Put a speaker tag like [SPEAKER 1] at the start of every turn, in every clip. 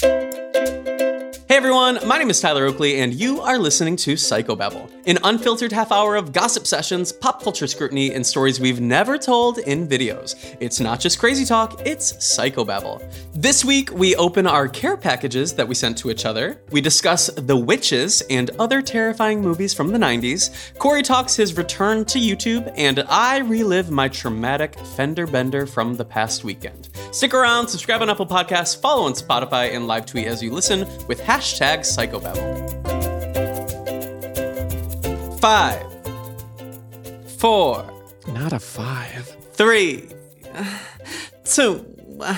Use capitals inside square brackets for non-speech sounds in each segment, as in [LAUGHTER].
[SPEAKER 1] Hey everyone, my name is Tyler Oakley, and you are listening to Psychobabble, an unfiltered half hour of gossip sessions, pop culture scrutiny, and stories we've never told in videos. It's not just crazy talk, it's Psychobabble. This week, we open our care packages that we sent to each other, we discuss The Witches and other terrifying movies from the 90s, Corey talks his return to YouTube, and I relive my traumatic fender bender from the past weekend. Stick around, subscribe on Apple Podcasts, follow on Spotify, and live tweet as you listen with hashtag psychobabble. Five, four,
[SPEAKER 2] Not a five.
[SPEAKER 1] three, [SIGHS] two, [SIGHS] uh,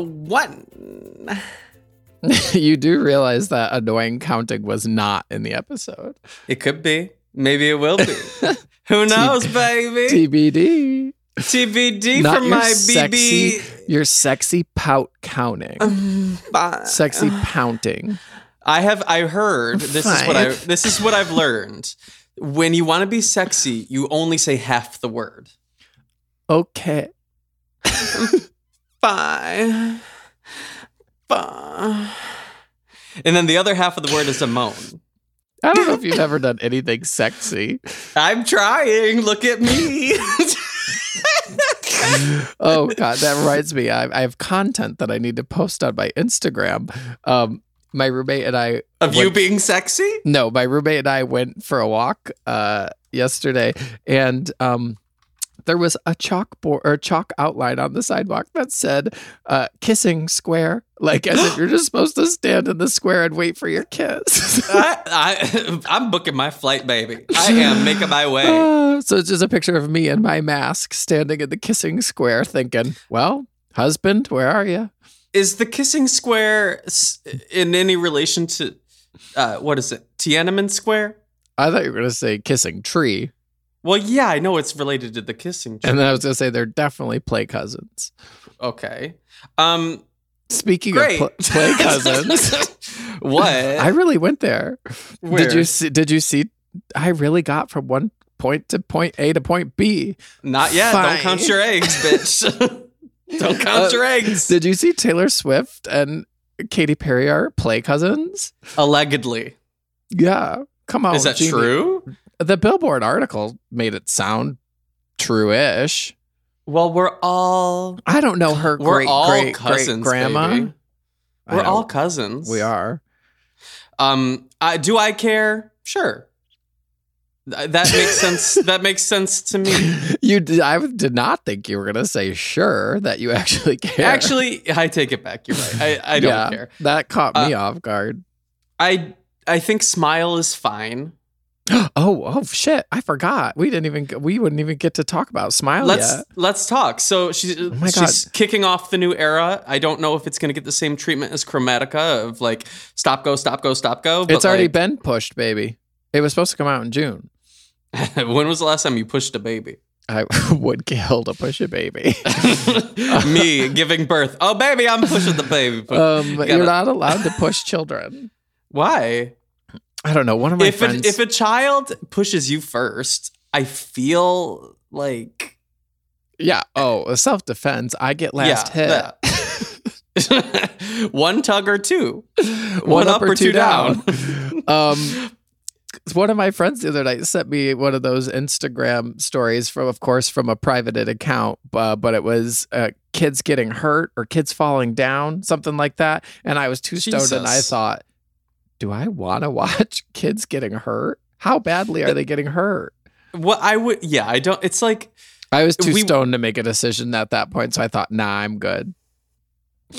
[SPEAKER 1] one.
[SPEAKER 2] [LAUGHS] you do realize that annoying counting was not in the episode.
[SPEAKER 1] It could be. Maybe it will
[SPEAKER 2] [LAUGHS]
[SPEAKER 1] be. Who knows, baby?
[SPEAKER 2] TBD.
[SPEAKER 1] TBD
[SPEAKER 2] Not
[SPEAKER 1] from
[SPEAKER 2] your
[SPEAKER 1] my
[SPEAKER 2] sexy,
[SPEAKER 1] BB.
[SPEAKER 2] your sexy pout counting,
[SPEAKER 1] Um, Bye.
[SPEAKER 2] sexy pounding.
[SPEAKER 1] I have I heard this is what I
[SPEAKER 2] Five.
[SPEAKER 1] this is what I've learned. When you want to be sexy, you only say half the word.
[SPEAKER 2] Okay,
[SPEAKER 1] Bye. Bye. And then the other half of the word is a moan.
[SPEAKER 2] I don't know if you've ever done anything sexy.
[SPEAKER 1] I'm trying. Look at me. [LAUGHS]
[SPEAKER 2] Oh God, that reminds me. I, I have content that I need to post on my Instagram. Um, my roommate and I
[SPEAKER 1] of you
[SPEAKER 2] What-
[SPEAKER 1] being sexy?
[SPEAKER 2] No, my roommate and I went for a walk uh, yesterday, and um, there was a chalkboard or chalk outline on the sidewalk that said uh, "kissing square," like as
[SPEAKER 1] [GASPS]
[SPEAKER 2] if you're just supposed to stand in the square and wait for
[SPEAKER 1] [LAUGHS]
[SPEAKER 2] your kiss.
[SPEAKER 1] I, [LAUGHS] I I'm booking my flight, baby. I am making my way.
[SPEAKER 2] Uh, so it's just a picture of me in my mask standing in the kissing square, thinking, "Well, husband, where are you?"
[SPEAKER 1] Is the kissing square s- in any relation to uh, what is it? Tiananmen Square?
[SPEAKER 2] I thought you were going to say kissing tree,
[SPEAKER 1] Well, yeah, I know it's related to the kissing.
[SPEAKER 2] and then I was going to say they're definitely play cousins.
[SPEAKER 1] okay. Um,
[SPEAKER 2] Speaking
[SPEAKER 1] great.
[SPEAKER 2] of pl-
[SPEAKER 1] [LAUGHS]
[SPEAKER 2] play cousins.
[SPEAKER 1] what?
[SPEAKER 2] I really went there.
[SPEAKER 1] Where?
[SPEAKER 2] Did you see? Did you see? I really got from one point to point A to point B.
[SPEAKER 1] Not yet. Don't
[SPEAKER 2] Fine.
[SPEAKER 1] count your eggs,
[SPEAKER 2] [LAUGHS]
[SPEAKER 1] bitch. [LAUGHS] Don't count
[SPEAKER 2] Uh,
[SPEAKER 1] your eggs.
[SPEAKER 2] Did you see Taylor Swift and Katy Perry are play cousins?
[SPEAKER 1] Allegedly.
[SPEAKER 2] Yeah, come on.
[SPEAKER 1] Is that
[SPEAKER 2] Jeannie.
[SPEAKER 1] true?
[SPEAKER 2] The Billboard article made it sound true-ish.
[SPEAKER 1] Well, we're all
[SPEAKER 2] I don't know her
[SPEAKER 1] we're
[SPEAKER 2] great
[SPEAKER 1] all
[SPEAKER 2] great
[SPEAKER 1] cousins,
[SPEAKER 2] great grandma.
[SPEAKER 1] baby.
[SPEAKER 2] I
[SPEAKER 1] We're
[SPEAKER 2] know,
[SPEAKER 1] all cousins.
[SPEAKER 2] we are.
[SPEAKER 1] Um, I, do I care? Sure. Th- That
[SPEAKER 2] [LAUGHS]
[SPEAKER 1] makes sense. That makes sense to me.
[SPEAKER 2] You, did, I did not think you were gonna say sure that you actually [LAUGHS] care.
[SPEAKER 1] Actually, I take it back. You're right. I, I don't
[SPEAKER 2] Yeah,
[SPEAKER 1] care. Uh,
[SPEAKER 2] That caught me off guard.
[SPEAKER 1] I I think smile is fine.
[SPEAKER 2] oh, oh shit! I forgot. We didn't even. g- We wouldn't even get to talk about smile
[SPEAKER 1] let's
[SPEAKER 2] yet.
[SPEAKER 1] let's talk. So she's
[SPEAKER 2] Oh my
[SPEAKER 1] she's kicking off the new era. I don't know if it's going to get the same treatment as Chromatica of like stop go stop go stop go. but,
[SPEAKER 2] It's already
[SPEAKER 1] like,
[SPEAKER 2] been pushed, baby. It was supposed to come out in June.
[SPEAKER 1] [LAUGHS] when was the last time you pushed a
[SPEAKER 2] [LAUGHS]
[SPEAKER 1] baby? [LAUGHS]
[SPEAKER 2] I would kill to push a baby.
[SPEAKER 1] Me giving birth. Oh baby, I'm pushing the baby.
[SPEAKER 2] um,
[SPEAKER 1] Gotta-
[SPEAKER 2] you're not
[SPEAKER 1] [LAUGHS]
[SPEAKER 2] allowed to push children.
[SPEAKER 1] Why?
[SPEAKER 2] I don't know. One of my
[SPEAKER 1] if
[SPEAKER 2] friends.
[SPEAKER 1] a, if a child pushes you first, I feel like [LAUGHS]
[SPEAKER 2] yeah. Oh, self defense. I get last hit. [LAUGHS]
[SPEAKER 1] Yeah, one tug or two.
[SPEAKER 2] One
[SPEAKER 1] up or two down.
[SPEAKER 2] down. [LAUGHS] um, one of my friends the other night sent me one of those Instagram stories from, of course, from a privated account, uh, but it was uh, kids getting hurt or kids falling down, something like that. And I was too stoned and I
[SPEAKER 1] Jesus.
[SPEAKER 2] thought, do I want to [LAUGHS] watch kids getting hurt? How badly are they getting hurt?
[SPEAKER 1] [LAUGHS] What I would, yeah, I don't. It's like
[SPEAKER 2] I was too
[SPEAKER 1] We-
[SPEAKER 2] stoned to make a decision at that point. So I thought, nah, I'm good.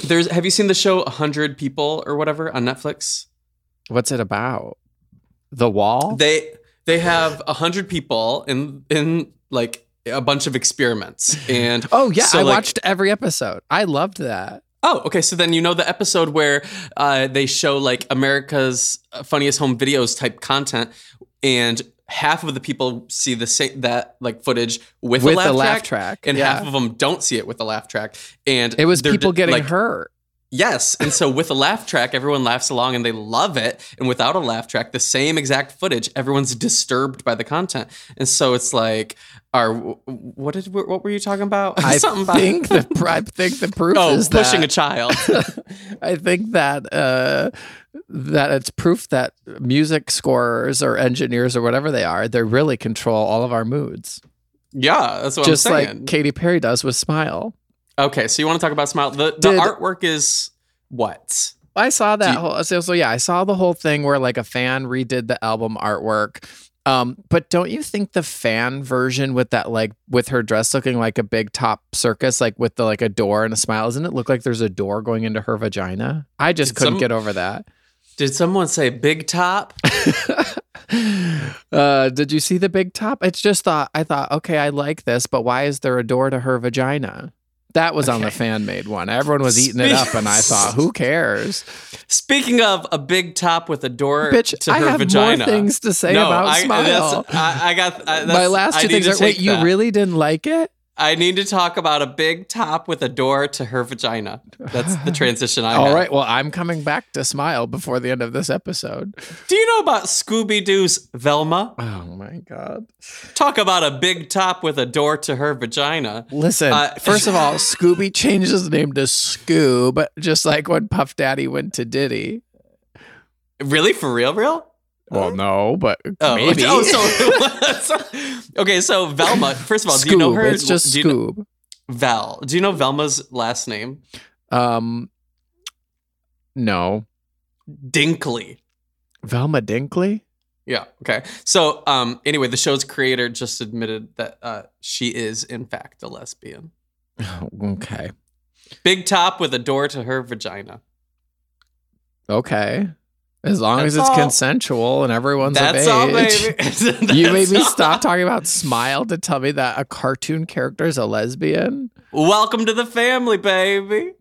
[SPEAKER 1] there's. Have you seen the show A Hundred People or whatever on Netflix?
[SPEAKER 2] What's it about? The wall?
[SPEAKER 1] They they have a hundred people in in like a bunch of
[SPEAKER 2] [LAUGHS]
[SPEAKER 1] experiments and
[SPEAKER 2] oh, yeah.
[SPEAKER 1] So,
[SPEAKER 2] I
[SPEAKER 1] like-
[SPEAKER 2] watched every episode. I loved that.
[SPEAKER 1] Oh, okay. So then you know the episode where uh, they show like America's uh, funniest home videos type content, and half of the people see the same that like footage with,
[SPEAKER 2] With
[SPEAKER 1] a laugh,
[SPEAKER 2] the laugh
[SPEAKER 1] track,
[SPEAKER 2] track,
[SPEAKER 1] and
[SPEAKER 2] yeah.
[SPEAKER 1] half of them don't see it with a laugh track. And
[SPEAKER 2] It was
[SPEAKER 1] they're
[SPEAKER 2] people
[SPEAKER 1] d-
[SPEAKER 2] getting
[SPEAKER 1] like,
[SPEAKER 2] hurt.
[SPEAKER 1] Yes, and so with a laugh track, everyone laughs along and they love it. And without a laugh track, the same exact footage, everyone's disturbed by the content. And so it's like, are what did what were you talking about? [LAUGHS]
[SPEAKER 2] [LAUGHS] I think [LAUGHS] the I think the proof
[SPEAKER 1] oh,
[SPEAKER 2] is
[SPEAKER 1] pushing a
[SPEAKER 2] that,
[SPEAKER 1] child.
[SPEAKER 2] [LAUGHS] I think that uh, that it's proof that music scorers or engineers or whatever they are, they really control all of our moods,
[SPEAKER 1] Yeah, that's what
[SPEAKER 2] just
[SPEAKER 1] I'm
[SPEAKER 2] like
[SPEAKER 1] saying.
[SPEAKER 2] Katy Perry does with "Smile."
[SPEAKER 1] okay, so you want to talk about Smile? The, the
[SPEAKER 2] Did-
[SPEAKER 1] artwork is what?
[SPEAKER 2] I saw that
[SPEAKER 1] you-
[SPEAKER 2] whole so, so yeah, I saw the whole thing where like a fan redid the album artwork. Um, but don't you think the fan version with that like with her dress looking like a big top circus, like with the like a door and a smile, doesn't it look like there's a door going into her vagina? I just
[SPEAKER 1] Did
[SPEAKER 2] couldn't
[SPEAKER 1] some-
[SPEAKER 2] get over that.
[SPEAKER 1] Did someone say big top?
[SPEAKER 2] uh, did you see the big top? It's just thought I thought, okay, I like this, but why is there a door to her vagina? That was on the
[SPEAKER 1] Okay.
[SPEAKER 2] fan made one. Everyone was eating it up, and
[SPEAKER 1] [LAUGHS]
[SPEAKER 2] I thought, who cares?
[SPEAKER 1] Speaking of a big top with a door
[SPEAKER 2] Bitch,
[SPEAKER 1] to
[SPEAKER 2] I
[SPEAKER 1] her
[SPEAKER 2] have
[SPEAKER 1] vagina.
[SPEAKER 2] more things to say
[SPEAKER 1] no,
[SPEAKER 2] about
[SPEAKER 1] I,
[SPEAKER 2] Smile.
[SPEAKER 1] That's, I, I got I, that's,
[SPEAKER 2] My last
[SPEAKER 1] I
[SPEAKER 2] two
[SPEAKER 1] need
[SPEAKER 2] things
[SPEAKER 1] to
[SPEAKER 2] are wait,
[SPEAKER 1] take
[SPEAKER 2] you
[SPEAKER 1] that.
[SPEAKER 2] really didn't like it?
[SPEAKER 1] I need to talk about a big top with a door to her vagina. That's
[SPEAKER 2] [LAUGHS]
[SPEAKER 1] the transition I
[SPEAKER 2] All
[SPEAKER 1] had.
[SPEAKER 2] right, well, I'm coming back to Smile before the end of this episode.
[SPEAKER 1] Do you know about Scooby Doo's Velma?
[SPEAKER 2] Oh my God.
[SPEAKER 1] Talk about a big top with a door to her vagina.
[SPEAKER 2] Listen,
[SPEAKER 1] Uh,
[SPEAKER 2] first
[SPEAKER 1] [LAUGHS]
[SPEAKER 2] of all, Scooby changed his name to Scoob, just like when Puff Daddy went to Diddy.
[SPEAKER 1] Really? For real? Real?
[SPEAKER 2] Well, no, but
[SPEAKER 1] Oh,
[SPEAKER 2] maybe.
[SPEAKER 1] oh, so, so- [LAUGHS] okay, so Velma. First of all, do you know
[SPEAKER 2] Scoob,
[SPEAKER 1] her?
[SPEAKER 2] It's just
[SPEAKER 1] do you know,
[SPEAKER 2] Scoob.
[SPEAKER 1] Val. Do you know Velma's last name?
[SPEAKER 2] Um, no,
[SPEAKER 1] Dinkley.
[SPEAKER 2] Velma Dinkley. [SIGHS]
[SPEAKER 1] Yeah. Okay. So, um, anyway, the show's creator just admitted that uh, she is, in fact, a lesbian.
[SPEAKER 2] Oh, okay,
[SPEAKER 1] Big top with a door to her vagina.
[SPEAKER 2] okay. As long as
[SPEAKER 1] That's
[SPEAKER 2] it's
[SPEAKER 1] all.
[SPEAKER 2] consensual and everyone's
[SPEAKER 1] That's
[SPEAKER 2] of age.
[SPEAKER 1] all, baby. [LAUGHS] That's
[SPEAKER 2] [LAUGHS] You made me
[SPEAKER 1] all.
[SPEAKER 2] stop talking about smile to tell me that a cartoon character is a lesbian.
[SPEAKER 1] Welcome to the family, baby.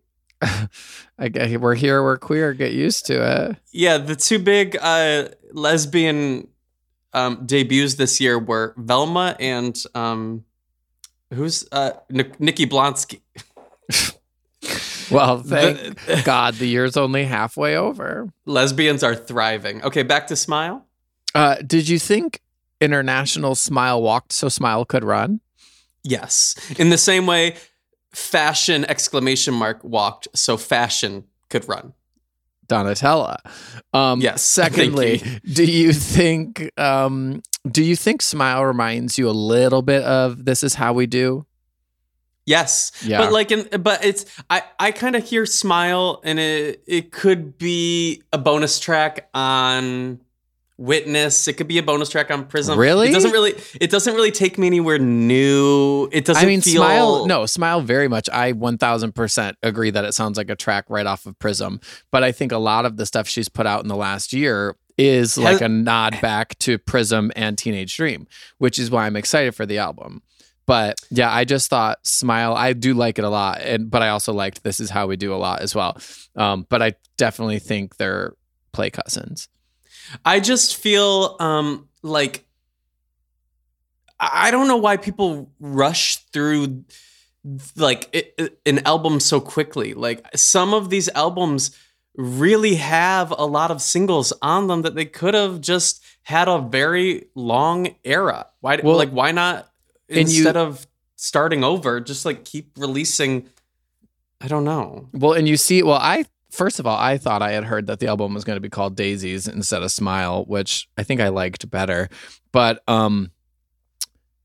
[SPEAKER 2] I guess we're here, we're queer. Get used to it.
[SPEAKER 1] Yeah, the two big uh, lesbian um, debuts this year were Velma and um, who's uh, Nik- Nikki Blonsky.
[SPEAKER 2] Well, thank
[SPEAKER 1] [LAUGHS] The-
[SPEAKER 2] God the year's only halfway over.
[SPEAKER 1] Lesbians are thriving. Okay, back to Smile.
[SPEAKER 2] Uh, did you think International Smile walked so Smile could run?
[SPEAKER 1] Yes, in the same way, fashion exclamation mark walked so fashion could run.
[SPEAKER 2] Donatella. Um,
[SPEAKER 1] Yes, [LAUGHS]
[SPEAKER 2] Secondly,
[SPEAKER 1] thank
[SPEAKER 2] do you think um, do you think Smile reminds you a little bit of This Is How We Do?
[SPEAKER 1] Yes,
[SPEAKER 2] Yeah.
[SPEAKER 1] But like, in, but it's I I kind of hear smile, and it it could be a bonus track on Witness. It could be a bonus track on Prism.
[SPEAKER 2] Really?
[SPEAKER 1] It doesn't really it doesn't really take me anywhere new. It doesn't.
[SPEAKER 2] I mean,
[SPEAKER 1] feel,
[SPEAKER 2] smile. No, smile very much. I 1000% agree that it sounds like a track right off of Prism. But I think a lot of the stuff she's put out in the last year is like a nod back to Prism and Teenage Dream, which is why I'm excited for the album. But yeah, I just thought smile. I do like it a lot, and but I also liked this is how we do a lot as well. Um, but I definitely think they're play cousins.
[SPEAKER 1] I just feel um like I I don't know why people rush through like it, it- an album so quickly. Like some of these albums really have a lot of singles on them that they could have just had a very long era. Why
[SPEAKER 2] Well,
[SPEAKER 1] like why not
[SPEAKER 2] and you-
[SPEAKER 1] instead of starting over just like keep releasing I don't know.
[SPEAKER 2] Well, and you see, well, I first of all, I thought I had heard that the album was going to be called Daisies instead of Smile, which I think I liked better. But um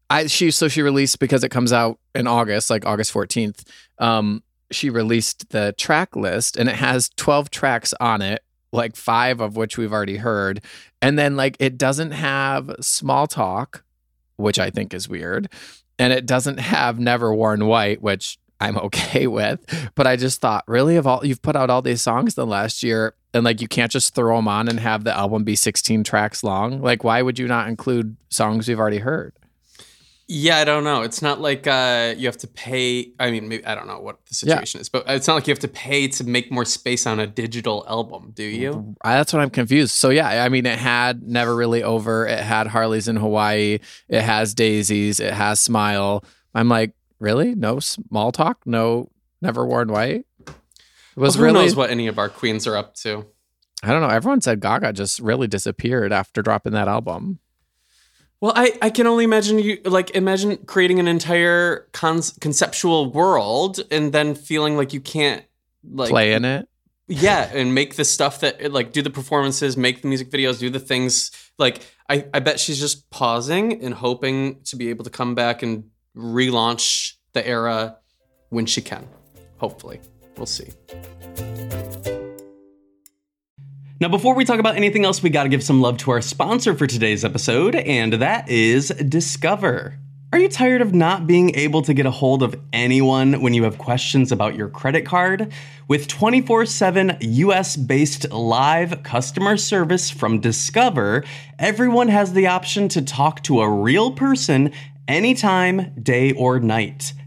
[SPEAKER 2] I she so she released because it comes out in August, like August 14th. Um she released the track list and it has 12 tracks on it, like 5 of which we've already heard. And then like it doesn't have Small Talk, which I think is weird. And it doesn't have Never Worn White, which I'm okay with. But I just thought, really, of all you've put out all these songs the last year, and like you can't just throw them on and have the album be 16 tracks long. Like, why would you not include songs we've already heard?
[SPEAKER 3] Yeah, I don't know. It's not like uh, you have to pay. I mean, maybe, I don't know what the
[SPEAKER 2] Yeah.
[SPEAKER 3] situation is, but it's not like you have to pay to make more space on a digital album, do you?
[SPEAKER 2] I- That's what I'm confused. So yeah, I mean, it had never really over. It had Harley's in Hawaii. It has Daisies. It has Smile. I'm like, really? No small talk. No never worn white. It was
[SPEAKER 3] Well, who
[SPEAKER 2] really.
[SPEAKER 3] knows what any of our queens are up to?
[SPEAKER 2] I don't know. Everyone said Gaga just really disappeared after dropping that album.
[SPEAKER 3] Well, I, I can only imagine you like imagine creating an entire con- conceptual world and then feeling like you can't like
[SPEAKER 2] Play in it.
[SPEAKER 3] yeah and make the stuff that like do the performances, make the music videos, do the things like I I bet she's just pausing and hoping to be able to come back and relaunch the era when she can. Hopefully. We'll see.
[SPEAKER 1] Now, before we talk about anything else, we got to give some love to our sponsor for today's episode, and that is Discover. Are you tired of not being able to get a hold of anyone when you have questions about your credit card? With 24 7 US based live customer service from Discover, everyone has the option to talk to a real person anytime, day or night.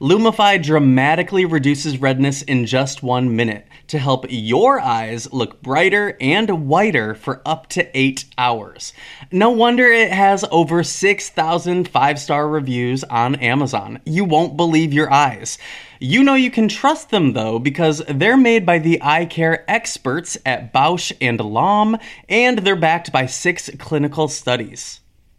[SPEAKER 1] Lumify dramatically reduces redness in just one minute to help your eyes look brighter and whiter for up to eight hours. No wonder it has over 6,000 five star reviews on Amazon. You won't believe your eyes. You know you can trust them though because they're made by the eye care experts at Bausch and Lomb and they're backed by six clinical studies.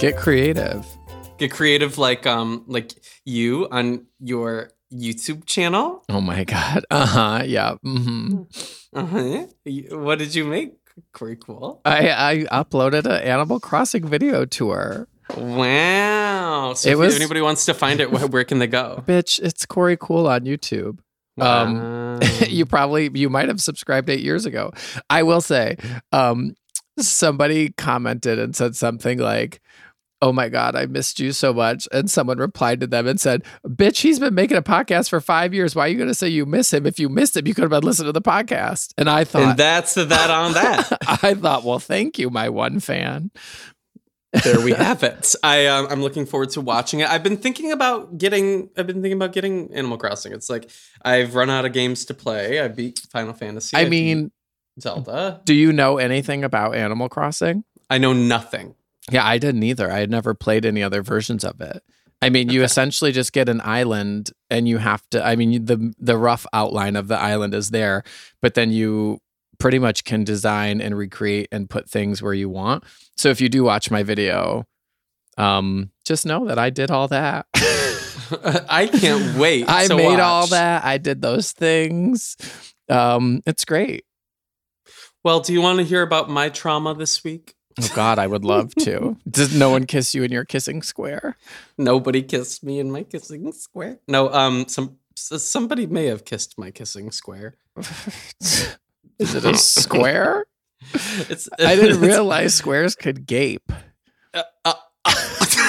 [SPEAKER 2] Get creative.
[SPEAKER 3] Get creative like um like you on your YouTube channel.
[SPEAKER 2] Oh my god. [LAUGHS] Uh huh. Yeah. hmm
[SPEAKER 3] Uh-huh. You- What did you make? Very cool.
[SPEAKER 2] I I uploaded an Animal Crossing video to her.
[SPEAKER 3] Wow. So
[SPEAKER 2] It
[SPEAKER 3] if
[SPEAKER 2] was-
[SPEAKER 3] anybody wants to find it, where, where can they go?
[SPEAKER 2] Bitch, it's Corey Cool on YouTube. [LAUGHS] Um,
[SPEAKER 3] Wow.
[SPEAKER 2] [LAUGHS] you probably you might have subscribed eight years ago. I will say, um, somebody commented and said something like, "Oh my god, I missed you so much," and someone replied to them and said, "Bitch, he's been making a podcast for five years. Why are you going to say you miss him? If you missed him, you could have been listening to the podcast." And I thought.
[SPEAKER 3] and that's the that on that.
[SPEAKER 2] [LAUGHS] I thought, well, thank you, my one fan.
[SPEAKER 3] [LAUGHS] there we have it. I um, I'm looking forward to watching it. I've been thinking about getting. I've been thinking about getting Animal Crossing. It's like I've run out of games to play. I beat Final Fantasy.
[SPEAKER 2] I
[SPEAKER 3] beat
[SPEAKER 2] mean,
[SPEAKER 3] Zelda.
[SPEAKER 2] do you know anything about Animal Crossing?
[SPEAKER 3] I know nothing. [LAUGHS]
[SPEAKER 2] Yeah, I didn't either. I had never played any other versions of it. I mean, you essentially just get an island and you have to I mean, the the rough outline of the island is there, but then you pretty much can design and recreate and put things where you want. So if you do watch my video, um just know that [LAUGHS] I did all that.
[SPEAKER 3] I can't wait.
[SPEAKER 2] I
[SPEAKER 3] to
[SPEAKER 2] made
[SPEAKER 3] watch.
[SPEAKER 2] all that. I did those things. Um, it's great.
[SPEAKER 3] Well, do you want to hear about my trauma this week?
[SPEAKER 2] Oh God, I would love [LAUGHS] to. Does no one kiss you in your kissing square?
[SPEAKER 3] Nobody kissed me in my kissing square. No, um, some s- somebody may have kissed my kissing square.
[SPEAKER 2] Is it
[SPEAKER 3] [LAUGHS]
[SPEAKER 2] a square?
[SPEAKER 3] It's
[SPEAKER 2] [LAUGHS] I didn't
[SPEAKER 3] it's- [LAUGHS]
[SPEAKER 2] realize squares could gape.
[SPEAKER 3] uh, uh,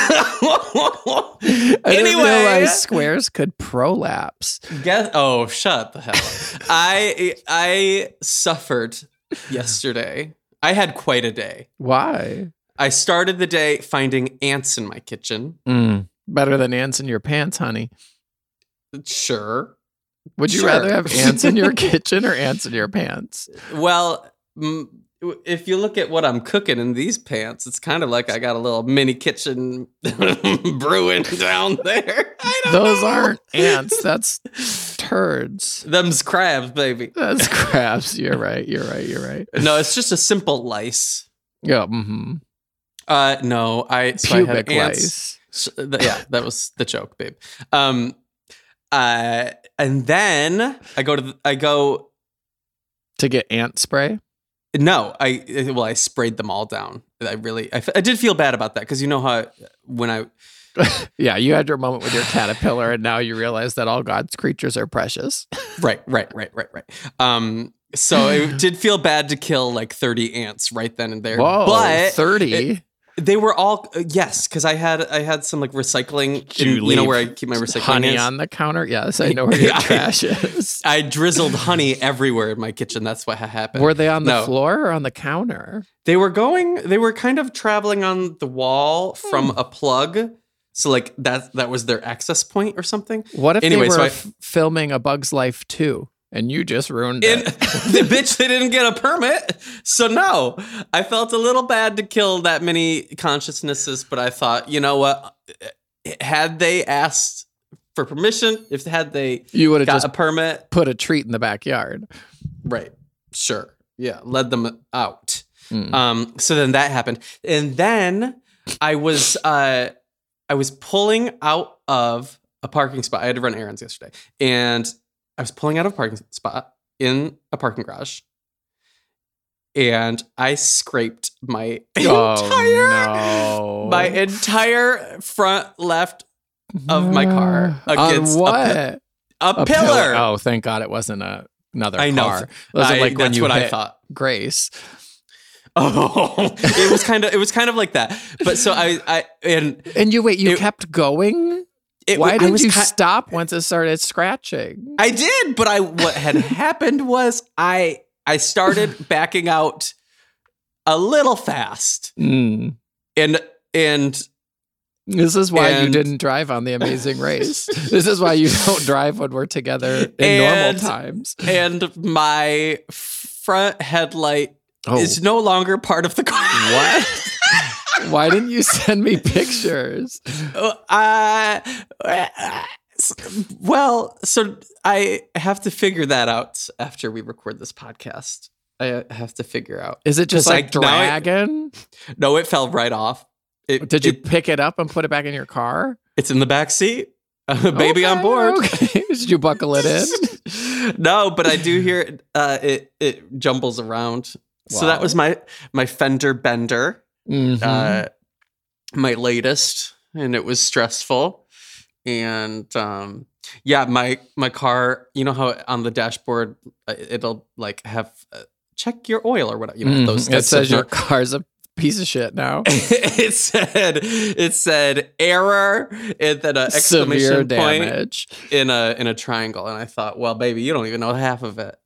[SPEAKER 3] uh.
[SPEAKER 2] I didn't
[SPEAKER 3] Anyway.
[SPEAKER 2] realize squares could prolapse.
[SPEAKER 3] Guess. Oh, shut the hell. up. [LAUGHS] I I suffered yesterday. I had quite a day.
[SPEAKER 2] Why?
[SPEAKER 3] I started the day finding ants in my kitchen.
[SPEAKER 2] Better than ants in your pants, honey.
[SPEAKER 3] Sure.
[SPEAKER 2] Would you
[SPEAKER 3] Sure.
[SPEAKER 2] rather have ants in your kitchen or ants in your pants?
[SPEAKER 3] [LAUGHS] Well, mm, if you look at what I'm cooking in these pants, it's kind of like I got a little mini kitchen [LAUGHS] brewing down there. [LAUGHS] I don't
[SPEAKER 2] Those
[SPEAKER 3] know.
[SPEAKER 2] aren't ants.
[SPEAKER 3] [LAUGHS]
[SPEAKER 2] That's turds.
[SPEAKER 3] Them's crabs, baby.
[SPEAKER 2] That's crabs. You're right. You're right. You're right.
[SPEAKER 3] No, it's just a simple lice.
[SPEAKER 2] Yeah. hmm
[SPEAKER 3] Uh, no, I so I had
[SPEAKER 2] Pubic
[SPEAKER 3] ants.
[SPEAKER 2] lice.
[SPEAKER 3] So, th- yeah, that was the joke, babe. Um, uh, and then I go to the, I go
[SPEAKER 2] To get ant spray.
[SPEAKER 3] no I eh, well I sprayed them all down. I really I, f- I did feel bad about that because you know how when I
[SPEAKER 2] Yeah, you had your moment with your caterpillar, and now you realize that all God's creatures are precious.
[SPEAKER 3] right right right right right um so it did feel bad to kill like thirty ants right then and there.
[SPEAKER 2] Whoa,
[SPEAKER 3] but
[SPEAKER 2] thirty.
[SPEAKER 3] they were all uh, yes because I had I had some like recycling
[SPEAKER 1] Did you
[SPEAKER 3] in- you know
[SPEAKER 1] leave
[SPEAKER 3] where I keep my recycling
[SPEAKER 2] honey
[SPEAKER 3] is?
[SPEAKER 2] on the counter. Yes,
[SPEAKER 3] [LAUGHS]
[SPEAKER 2] I know where your
[SPEAKER 3] Yeah, I-
[SPEAKER 2] trash
[SPEAKER 3] [LAUGHS]
[SPEAKER 2] is.
[SPEAKER 3] I drizzled honey everywhere in my kitchen. That's what ha- happened.
[SPEAKER 2] Were they on the
[SPEAKER 3] No.
[SPEAKER 2] floor or on the counter?
[SPEAKER 3] They were going. They were kind of traveling on the wall from a plug. So like that that was their access point or something.
[SPEAKER 2] What if
[SPEAKER 3] Anyway,
[SPEAKER 2] they were
[SPEAKER 3] so I-
[SPEAKER 2] f- filming A Bug's Life too, and you just ruined
[SPEAKER 3] And [LAUGHS]
[SPEAKER 2] it?
[SPEAKER 3] the bitch, they didn't get a permit. So no, I felt a little bad to kill that many consciousnesses, but I thought, you know what? Had they asked for permission, if had they
[SPEAKER 2] You would have
[SPEAKER 3] got
[SPEAKER 2] just
[SPEAKER 3] a permit,
[SPEAKER 2] put a treat in the backyard.
[SPEAKER 3] right? Sure, yeah, led them out.
[SPEAKER 2] Mm.
[SPEAKER 3] Um, so then that happened, and then I was uh, I was pulling out of a parking spot. I had to run errands yesterday, and I was pulling out of a parking spot in a parking garage, and I scraped my [LAUGHS] entire
[SPEAKER 2] oh, no.
[SPEAKER 3] my entire front left of my car
[SPEAKER 2] [GASPS] On
[SPEAKER 3] against a
[SPEAKER 2] what?
[SPEAKER 3] pi- a,
[SPEAKER 2] A
[SPEAKER 3] pillar.
[SPEAKER 2] Oh, thank God it wasn't a, another
[SPEAKER 3] I know.
[SPEAKER 2] car. Was
[SPEAKER 3] I-
[SPEAKER 2] it like when
[SPEAKER 3] that's
[SPEAKER 2] you
[SPEAKER 3] what I
[SPEAKER 2] hit [LAUGHS]
[SPEAKER 3] thought.
[SPEAKER 2] Grace?
[SPEAKER 3] Oh, it was kind of it was kind of like that. But so I I and
[SPEAKER 2] And you wait, you
[SPEAKER 3] It-
[SPEAKER 2] kept going?
[SPEAKER 3] it,
[SPEAKER 2] Why
[SPEAKER 3] I
[SPEAKER 2] did
[SPEAKER 3] was
[SPEAKER 2] you
[SPEAKER 3] ki-
[SPEAKER 2] stop once it started scratching?
[SPEAKER 3] I did, but I
[SPEAKER 2] [LAUGHS]
[SPEAKER 3] what had happened was I I started backing out a little fast
[SPEAKER 2] Mm.
[SPEAKER 3] and and
[SPEAKER 2] This is why you
[SPEAKER 3] And-
[SPEAKER 2] didn't drive on the Amazing
[SPEAKER 3] [LAUGHS]
[SPEAKER 2] Race. this is why you don't drive when we're together in normal
[SPEAKER 3] And-
[SPEAKER 2] times.
[SPEAKER 3] and my front headlight
[SPEAKER 2] Oh,
[SPEAKER 3] is no longer part of the car.
[SPEAKER 2] what? Oh. why didn't you send me pictures?
[SPEAKER 3] [LAUGHS] Uh, well, so I have to figure that out after we record this podcast. I have to figure out.
[SPEAKER 2] Is it just
[SPEAKER 3] It's
[SPEAKER 2] like
[SPEAKER 3] like, now I-
[SPEAKER 2] dragon?
[SPEAKER 3] No, it fell right off. It,
[SPEAKER 2] Did you
[SPEAKER 3] it-
[SPEAKER 2] pick it up and put it back in your car?
[SPEAKER 3] it's in the back seat. [LAUGHS] Baby on
[SPEAKER 2] Okay,
[SPEAKER 3] board.
[SPEAKER 2] Okay. [LAUGHS] Did you buckle it
[SPEAKER 3] [LAUGHS]
[SPEAKER 2] in?
[SPEAKER 3] no, but I do hear it. Uh, it it jumbles around. So that
[SPEAKER 2] Wow.
[SPEAKER 3] was my my fender bender,
[SPEAKER 2] Mhm.
[SPEAKER 3] uh,
[SPEAKER 2] Mm-hmm.
[SPEAKER 3] my latest, and it was stressful. And um, yeah, my my car. You know how on the dashboard uh, it'll like have uh, check your oil or whatever. You know
[SPEAKER 2] Mhm.
[SPEAKER 3] those.
[SPEAKER 2] it
[SPEAKER 3] types
[SPEAKER 2] says
[SPEAKER 3] of
[SPEAKER 2] your car's a piece of shit now.
[SPEAKER 3] [LAUGHS] it said it said error and then an [LAUGHS] exclamation
[SPEAKER 2] Severe
[SPEAKER 3] point
[SPEAKER 2] damage.
[SPEAKER 3] in a in a triangle and i thought well baby you don't even know half of
[SPEAKER 2] [LAUGHS]
[SPEAKER 3] it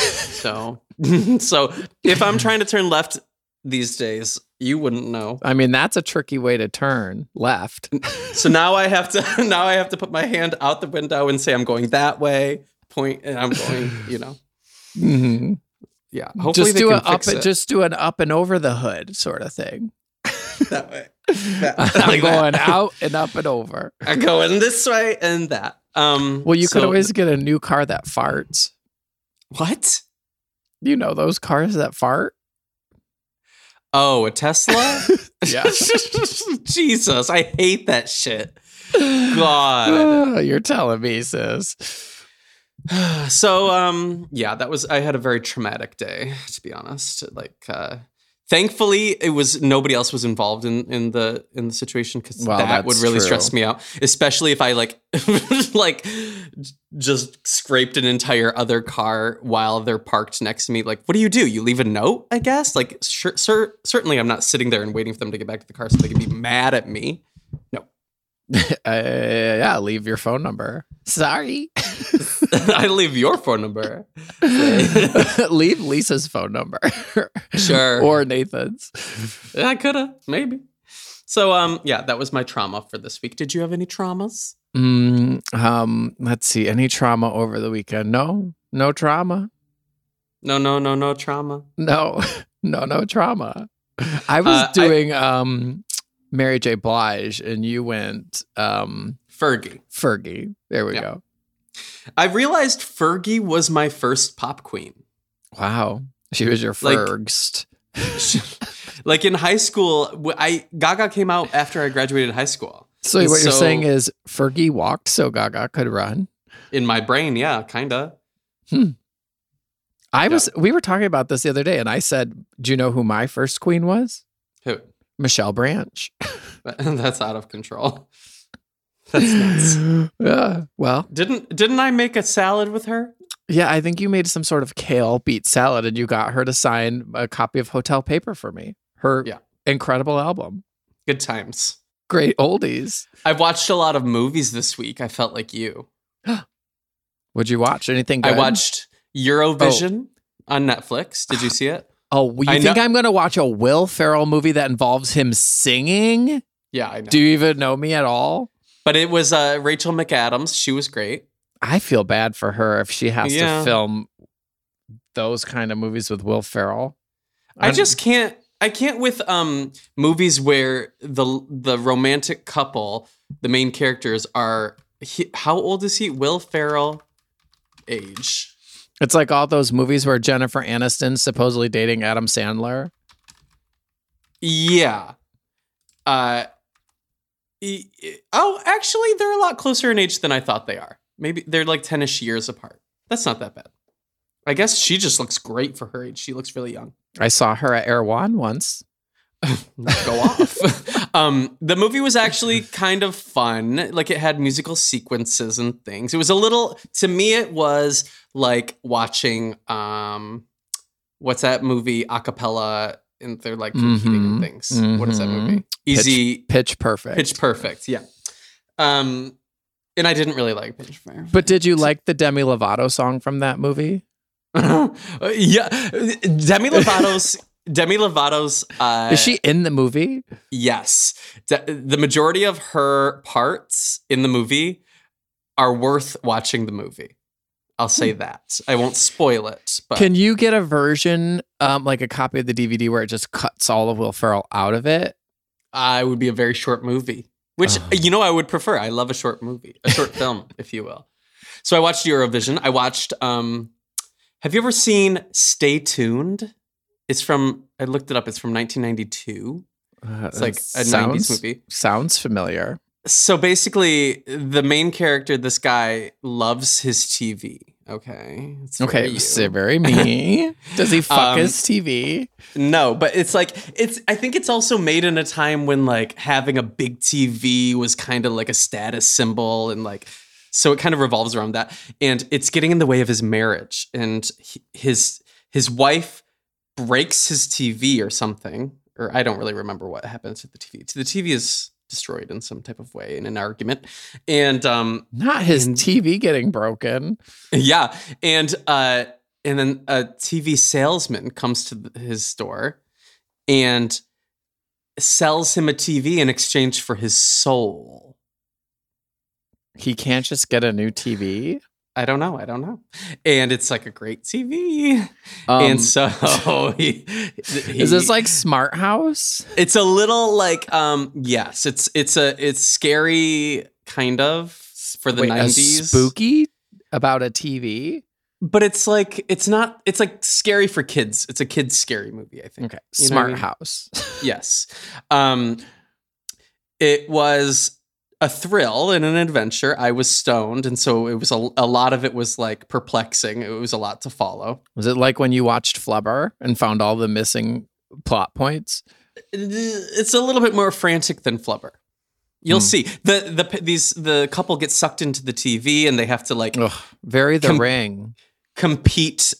[SPEAKER 3] so [LAUGHS] so if i'm trying to turn left these days you wouldn't know
[SPEAKER 2] I mean, that's a tricky way to turn left.
[SPEAKER 3] so now i have to [LAUGHS] now i have to put my hand out the window and say i'm going that way point and i'm going you know
[SPEAKER 2] Mhm.
[SPEAKER 3] yeah hopefully
[SPEAKER 2] Just
[SPEAKER 3] they
[SPEAKER 2] do
[SPEAKER 3] can
[SPEAKER 2] an up,
[SPEAKER 3] fix it
[SPEAKER 2] just do an up and over the hood sort of thing. [LAUGHS]
[SPEAKER 3] that way
[SPEAKER 2] I'm
[SPEAKER 3] like that.
[SPEAKER 2] going out and up and over.
[SPEAKER 3] [LAUGHS] i'm going this way and that um
[SPEAKER 2] Well, you could
[SPEAKER 3] so-
[SPEAKER 2] always get a new car that farts.
[SPEAKER 3] what
[SPEAKER 2] [SIGHS] You know those cars that fart.
[SPEAKER 3] Oh, a Tesla?
[SPEAKER 2] [LAUGHS] Yeah.
[SPEAKER 3] [LAUGHS] Jesus, I hate that shit. God.
[SPEAKER 2] Ah, you're telling me, sis.
[SPEAKER 3] So um yeah, that was I had a very traumatic day, to be honest. Like uh thankfully it was nobody else was involved in in the in the situation cuz
[SPEAKER 2] Wow,
[SPEAKER 3] that would
[SPEAKER 2] that's
[SPEAKER 3] really
[SPEAKER 2] true.
[SPEAKER 3] stress me out, especially if I like [LAUGHS] like j- just scraped an entire other car while they're parked next to me. Like what do you do? You leave a note, I guess? Like sure, cer- certainly I'm not sitting there and waiting for them to get back to the car so they can be mad at me. [LAUGHS]
[SPEAKER 2] Uh, yeah, leave your phone number. [LAUGHS] Sorry.
[SPEAKER 3] I leave your phone number.
[SPEAKER 2] leave Lisa's phone number [LAUGHS]
[SPEAKER 3] Sure.
[SPEAKER 2] or Nathan's.
[SPEAKER 3] I could have, maybe. So um yeah, that was my trauma for this week. Did you have any traumas?
[SPEAKER 2] Mm, um, let's see. Any trauma over the weekend? No, no trauma.
[SPEAKER 3] No, no, no, no trauma.
[SPEAKER 2] No, [LAUGHS] no, no trauma. I was
[SPEAKER 3] Uh, I-
[SPEAKER 2] doing um, Mary J. Blige, and you went um,
[SPEAKER 3] Fergie.
[SPEAKER 2] Fergie. There we
[SPEAKER 3] Yeah.
[SPEAKER 2] go.
[SPEAKER 3] I realized Fergie was my first pop queen. [LAUGHS]
[SPEAKER 2] Wow, she was your
[SPEAKER 3] Like-
[SPEAKER 2] first.
[SPEAKER 3] like in high school, w- I Gaga came out after I graduated high school.
[SPEAKER 2] so what you're
[SPEAKER 3] so-
[SPEAKER 2] saying is Fergie walked so Gaga could run.
[SPEAKER 3] In my brain, yeah, kinda.
[SPEAKER 2] I
[SPEAKER 3] Yeah.
[SPEAKER 2] was. We were talking about this the other day, and I said, "Do you know who my first queen was?
[SPEAKER 3] Who? [LAUGHS]
[SPEAKER 2] Michelle Branch."
[SPEAKER 3] That's out of control. [LAUGHS] That's nuts. [GASPS]
[SPEAKER 2] Yeah. Well,
[SPEAKER 3] Didn't didn't I make a salad with her?
[SPEAKER 2] yeah, I think you made some sort of kale beet salad and you got her to sign a copy of Hotel Paper for me. Her
[SPEAKER 3] Yeah.
[SPEAKER 2] incredible album.
[SPEAKER 3] Good times.
[SPEAKER 2] Great oldies.
[SPEAKER 3] I've watched a lot of movies this week. I felt like you.
[SPEAKER 2] Would you watch anything good?
[SPEAKER 3] I watched Eurovision on Netflix. [SIGHS] Did you see it?
[SPEAKER 2] Oh, you
[SPEAKER 3] I
[SPEAKER 2] think
[SPEAKER 3] know-
[SPEAKER 2] I'm going to watch a Will Ferrell movie that involves him singing?
[SPEAKER 3] Yeah, I know.
[SPEAKER 2] Do you even know me at all?
[SPEAKER 3] But it was uh, Rachel McAdams. She was great.
[SPEAKER 2] I feel bad for her if she has
[SPEAKER 3] Yeah.
[SPEAKER 2] to film those kind of movies with Will Ferrell.
[SPEAKER 3] I
[SPEAKER 2] I'm-
[SPEAKER 3] just can't. I can't with um movies where the the romantic couple, the main characters are. He, how old is he? Will Ferrell, age.
[SPEAKER 2] It's like all those movies where Jennifer Aniston's supposedly dating Adam Sandler.
[SPEAKER 3] Yeah. Uh. e- e- Oh, actually, they're a lot closer in age than I thought they are. Maybe they're like ten-ish years apart. That's not that bad. I guess she just looks great for her age. She looks really young.
[SPEAKER 2] I saw her at Erewhon once.
[SPEAKER 3] go off. [LAUGHS] um, the movie was actually kind of fun. Like it had musical sequences and things. It was a little to me. It was like watching um, what's that movie? Acapella, and they're like competing
[SPEAKER 2] Mhm.
[SPEAKER 3] and things. What is that
[SPEAKER 2] Mhm.
[SPEAKER 3] movie? Easy
[SPEAKER 2] Pitch Perfect.
[SPEAKER 3] Pitch, Perfect. Yeah. Um, and I didn't really like Pitch
[SPEAKER 2] [LAUGHS]
[SPEAKER 3] Perfect.
[SPEAKER 2] But did you like the Demi Lovato song from that movie?
[SPEAKER 3] Uh, yeah, Demi Lovato's [LAUGHS] Demi Lovato's uh,
[SPEAKER 2] Is she in the movie?
[SPEAKER 3] Yes. De- the majority of her parts in the movie are worth watching the movie. I'll say that. I won't spoil it, but
[SPEAKER 2] Hmm. Can you get a version, um, like a copy of the DVD where it just cuts all of Will Ferrell out of it?
[SPEAKER 3] I would be a very short movie, which
[SPEAKER 2] Oh.
[SPEAKER 3] you know I would prefer. I love a short movie, a short
[SPEAKER 2] [LAUGHS]
[SPEAKER 3] film, if you will. So I watched Eurovision. I watched um Have you ever seen Stay Tuned? It's from I looked it up. It's from 1992.
[SPEAKER 2] Uh,
[SPEAKER 3] It's like
[SPEAKER 2] it
[SPEAKER 3] a
[SPEAKER 2] sounds,
[SPEAKER 3] 90s movie.
[SPEAKER 2] Sounds familiar.
[SPEAKER 3] So basically, the main character, this guy, loves his TV. Okay. It's very
[SPEAKER 2] Okay,
[SPEAKER 3] you.
[SPEAKER 2] so
[SPEAKER 3] [LAUGHS]
[SPEAKER 2] very me. Does he fuck
[SPEAKER 3] Um,
[SPEAKER 2] his TV?
[SPEAKER 3] No, but it's like it's. I think it's also made in a time when like having a big TV was kind of like a status symbol, and like so it kind of revolves around that. And it's getting in the way of his marriage, and he, his his wife breaks his TV or something, or I don't really remember what happened to the TV. The TV is destroyed in some type of way in an argument, and um,
[SPEAKER 2] Not his
[SPEAKER 3] And-
[SPEAKER 2] TV getting broken.
[SPEAKER 3] Yeah, and uh, and then a TV salesman comes to th- his store and sells him a TV in exchange for his soul.
[SPEAKER 2] He can't just get a new TV.
[SPEAKER 3] I don't know. I don't know. And it's like a great TV.
[SPEAKER 2] Um,
[SPEAKER 3] and so
[SPEAKER 2] [LAUGHS]
[SPEAKER 3] [LAUGHS] he,
[SPEAKER 2] is this
[SPEAKER 3] he-
[SPEAKER 2] like Smart House?
[SPEAKER 3] it's a little like um yes, it's it's a it's scary kind of for the
[SPEAKER 2] Wait, a
[SPEAKER 3] 90s.
[SPEAKER 2] spooky about a TV?
[SPEAKER 3] but it's like it's not it's like scary for kids. It's a kids scary movie, I think.
[SPEAKER 2] Okay.
[SPEAKER 3] You know what I
[SPEAKER 2] Smart
[SPEAKER 3] mean?
[SPEAKER 2] house.
[SPEAKER 3] Yes. Um it was a thrill and an adventure. I was stoned and so it was a, a lot of it was like perplexing. It was a lot to follow.
[SPEAKER 2] Was it like when you watched Flubber and found all the missing plot points?
[SPEAKER 3] it's a little bit more frantic than Flubber. You'll
[SPEAKER 2] Hmm.
[SPEAKER 3] see the the these the couple get sucked into the TV and they have to like
[SPEAKER 2] Ugh. Very the
[SPEAKER 3] Com-
[SPEAKER 2] ring.
[SPEAKER 3] compete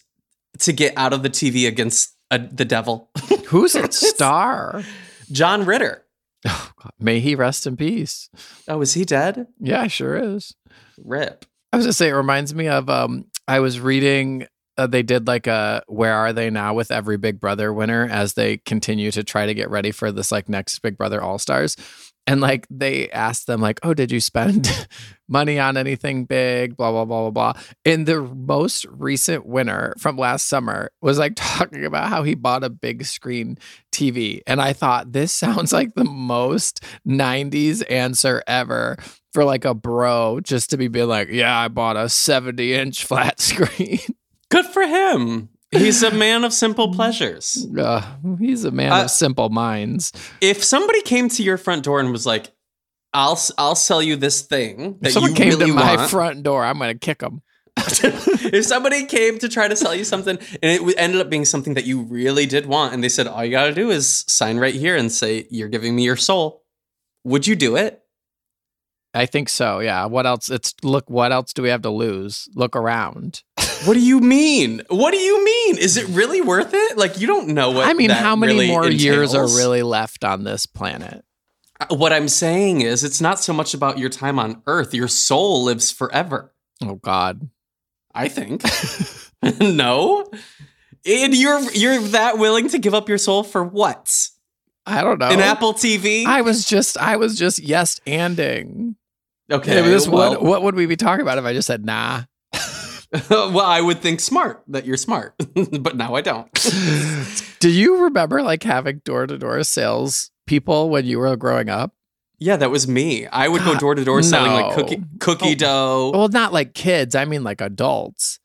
[SPEAKER 3] to get out of the TV against uh the devil,
[SPEAKER 2] Who's its star?
[SPEAKER 3] John Ritter.
[SPEAKER 2] Oh, God. May he rest in peace.
[SPEAKER 3] Oh, is he dead?
[SPEAKER 2] Yeah, sure is.
[SPEAKER 3] Rip.
[SPEAKER 2] I was gonna say it reminds me of um I was reading uh, they did like a where are they now with every Big Brother winner as they continue to try to get ready for this like next Big Brother All Stars. And like they asked them like, "Oh, did you spend [LAUGHS] money on anything big?" blah blah blah blah blah. And the most recent winner from last summer was like [LAUGHS] talking about how he bought a big screen TV. And I thought this sounds like the most 90s answer ever for like a bro just to be being like, yeah, I bought a 70 inch flat [LAUGHS] screen.
[SPEAKER 3] Good for him. He's a man of simple pleasures.
[SPEAKER 2] Uh, he's a man
[SPEAKER 3] Uh,
[SPEAKER 2] of simple minds.
[SPEAKER 3] If somebody came to your front door and was like, "I'll s- I'll sell you this thing that
[SPEAKER 2] If someone
[SPEAKER 3] you
[SPEAKER 2] came
[SPEAKER 3] really
[SPEAKER 2] to my
[SPEAKER 3] [LAUGHS] want,"
[SPEAKER 2] front door, I'm going to kick him.
[SPEAKER 3] if somebody came to try to sell you something and it w- ended up being something that you really did want, and they said, all you gotta do is sign right here and say, you're giving me your soul, would you do it?
[SPEAKER 2] I think so. Yeah. What else? It's look, what else do we have to lose? Look around.
[SPEAKER 3] What do you mean? What do you mean? Is it really worth it? Like, you don't know what
[SPEAKER 2] I mean,
[SPEAKER 3] that
[SPEAKER 2] how many
[SPEAKER 3] really
[SPEAKER 2] more years are
[SPEAKER 3] entails.
[SPEAKER 2] really left on this planet?
[SPEAKER 3] What I'm saying is, it's not so much about your time on earth, your soul lives forever,
[SPEAKER 2] Oh, God.
[SPEAKER 3] I think. [LAUGHS] no? And you're you're that willing to give up your soul for what?
[SPEAKER 2] I don't know.
[SPEAKER 3] An Apple TV?
[SPEAKER 2] Oh. I was just, I was just yes anding.
[SPEAKER 3] okay.
[SPEAKER 2] this,
[SPEAKER 3] well-
[SPEAKER 2] what, what would we be talking about if I just said nah?
[SPEAKER 3] well, [LAUGHS] I would think smart that you're smart, [LAUGHS] but now
[SPEAKER 2] [LAUGHS]
[SPEAKER 3] I don't.
[SPEAKER 2] Do you remember like having door to door sales people when you were growing up?
[SPEAKER 3] yeah, that was me. I would go
[SPEAKER 2] God,
[SPEAKER 3] door to door selling like
[SPEAKER 2] no. Oh.
[SPEAKER 3] cookie cookie dough.
[SPEAKER 2] Well, not like kids, I mean like adults.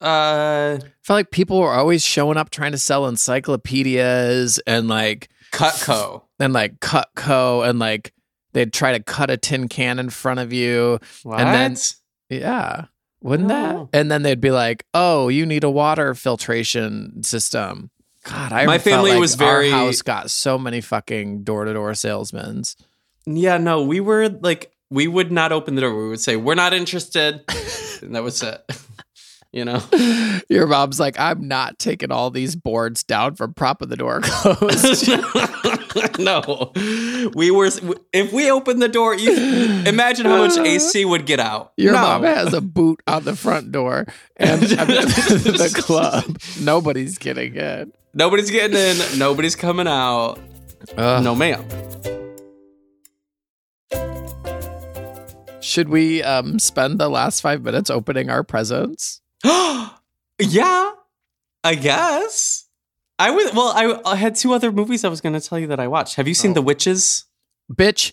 [SPEAKER 2] Oh.
[SPEAKER 3] Uh,
[SPEAKER 2] I felt like people were always showing up trying to sell encyclopedias and like
[SPEAKER 3] Cutco.
[SPEAKER 2] and like Cutco and like they'd try to cut a tin can in front of you. And then-
[SPEAKER 3] What?
[SPEAKER 2] Yeah. Wouldn't
[SPEAKER 3] No.
[SPEAKER 2] that? And then they'd be like, "Oh, you need a water filtration system." God, I
[SPEAKER 3] My
[SPEAKER 2] felt
[SPEAKER 3] family
[SPEAKER 2] like
[SPEAKER 3] was
[SPEAKER 2] our
[SPEAKER 3] very-
[SPEAKER 2] house got so many fucking door to door salesmen.
[SPEAKER 3] yeah, no, we were like we would not open the door. We would say we're
[SPEAKER 2] [LAUGHS]
[SPEAKER 3] not interested, and that was it. [LAUGHS] You know,
[SPEAKER 2] Your mom's like, I'm not taking all these boards down from prop of the door [LAUGHS]
[SPEAKER 3] [LAUGHS]
[SPEAKER 2] closed.
[SPEAKER 3] no, we were. If we opened the door, you, imagine how much AC would get out.
[SPEAKER 2] Your
[SPEAKER 3] no.
[SPEAKER 2] mom has a boot on the front door and [LAUGHS] the club. Nobody's getting in.
[SPEAKER 3] nobody's getting in. Nobody's coming out. No, ma'am. [GASPS]
[SPEAKER 2] Should we um, spend the last five minutes opening our presents?
[SPEAKER 3] yeah, I guess. I was well. I, I had two other movies I was going to tell you that I watched. Have you seen
[SPEAKER 2] Oh.
[SPEAKER 3] The Witches?
[SPEAKER 2] Bitch,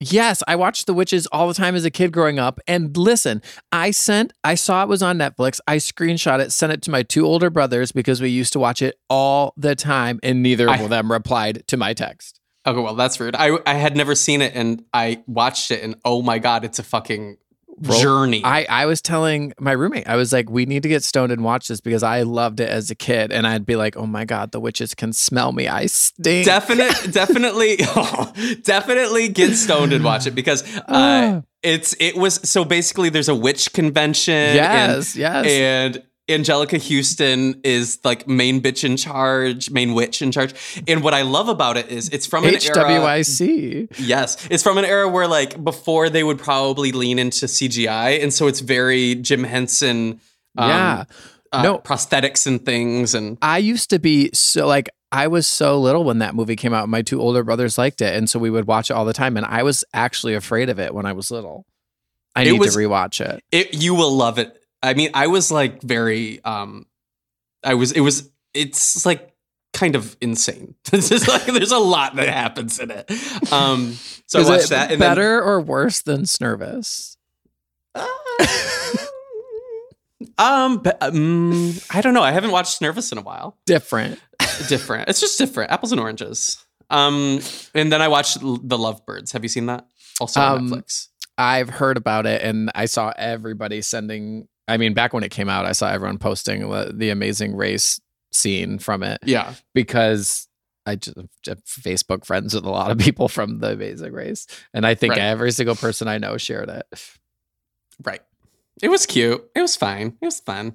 [SPEAKER 2] yes, I watched The Witches all the time as a kid growing up. And listen, I sent, I saw it was on Netflix. I screenshot it, sent it to my two older brothers because we used to watch it all the time. And neither
[SPEAKER 3] I-
[SPEAKER 2] of them replied to my text.
[SPEAKER 3] Okay, well that's rude. I I had never seen it, and I watched it, and oh my god, it's a fucking
[SPEAKER 2] Roll-
[SPEAKER 3] journey.
[SPEAKER 2] I, I was telling my roommate, I was like, we need to get stoned and watch this because I loved it as a kid. And I'd be like, oh my God, the witches can smell me. I stink. [LAUGHS]
[SPEAKER 3] Definite, definitely, [LAUGHS] definitely get stoned and watch it because uh,
[SPEAKER 2] Ah.
[SPEAKER 3] it's it was so basically there's a witch convention. and
[SPEAKER 2] yes, yes.
[SPEAKER 3] and Angelica Houston is like main bitch in charge, main witch in charge. And what I love about it is it's from an era.
[SPEAKER 2] HWIC.
[SPEAKER 3] Yes, it's from an era where like before they would probably lean into CGI, and so it's very Jim Henson. um,
[SPEAKER 2] yeah.
[SPEAKER 3] uh,
[SPEAKER 2] No.
[SPEAKER 3] prosthetics and things, and
[SPEAKER 2] I used to be so like, I was so little when that movie came out. My two older brothers liked it. And so we would watch it all the time. And I was actually afraid of it when I was little. I
[SPEAKER 3] It
[SPEAKER 2] need
[SPEAKER 3] was-
[SPEAKER 2] to rewatch it.
[SPEAKER 3] it you will love it. I mean, I was like very, um I was it was it's like kind of insane. [LAUGHS] It's just like there's a lot that happens in it. Um, so I
[SPEAKER 2] Is
[SPEAKER 3] watched
[SPEAKER 2] it
[SPEAKER 3] that. And then- Ah.
[SPEAKER 2] better or worse than Snervous?
[SPEAKER 3] Um, but, um, I don't know. I haven't watched Nervous in a while.
[SPEAKER 2] [LAUGHS] Different.
[SPEAKER 3] Different. It's just different. Apples and oranges. Um, and then I watched L- The Lovebirds. Have you seen that? Also on
[SPEAKER 2] Um,
[SPEAKER 3] Netflix.
[SPEAKER 2] I've heard about it and I saw everybody sending. I mean, back when it came out, I saw everyone posting the, the amazing race scene from it
[SPEAKER 3] Yeah.
[SPEAKER 2] because I just, just Facebook friends with a lot of people from the amazing race. And I think
[SPEAKER 3] Right.
[SPEAKER 2] every single person I know shared it.
[SPEAKER 3] Right. It was cute. It was fine. It was fun.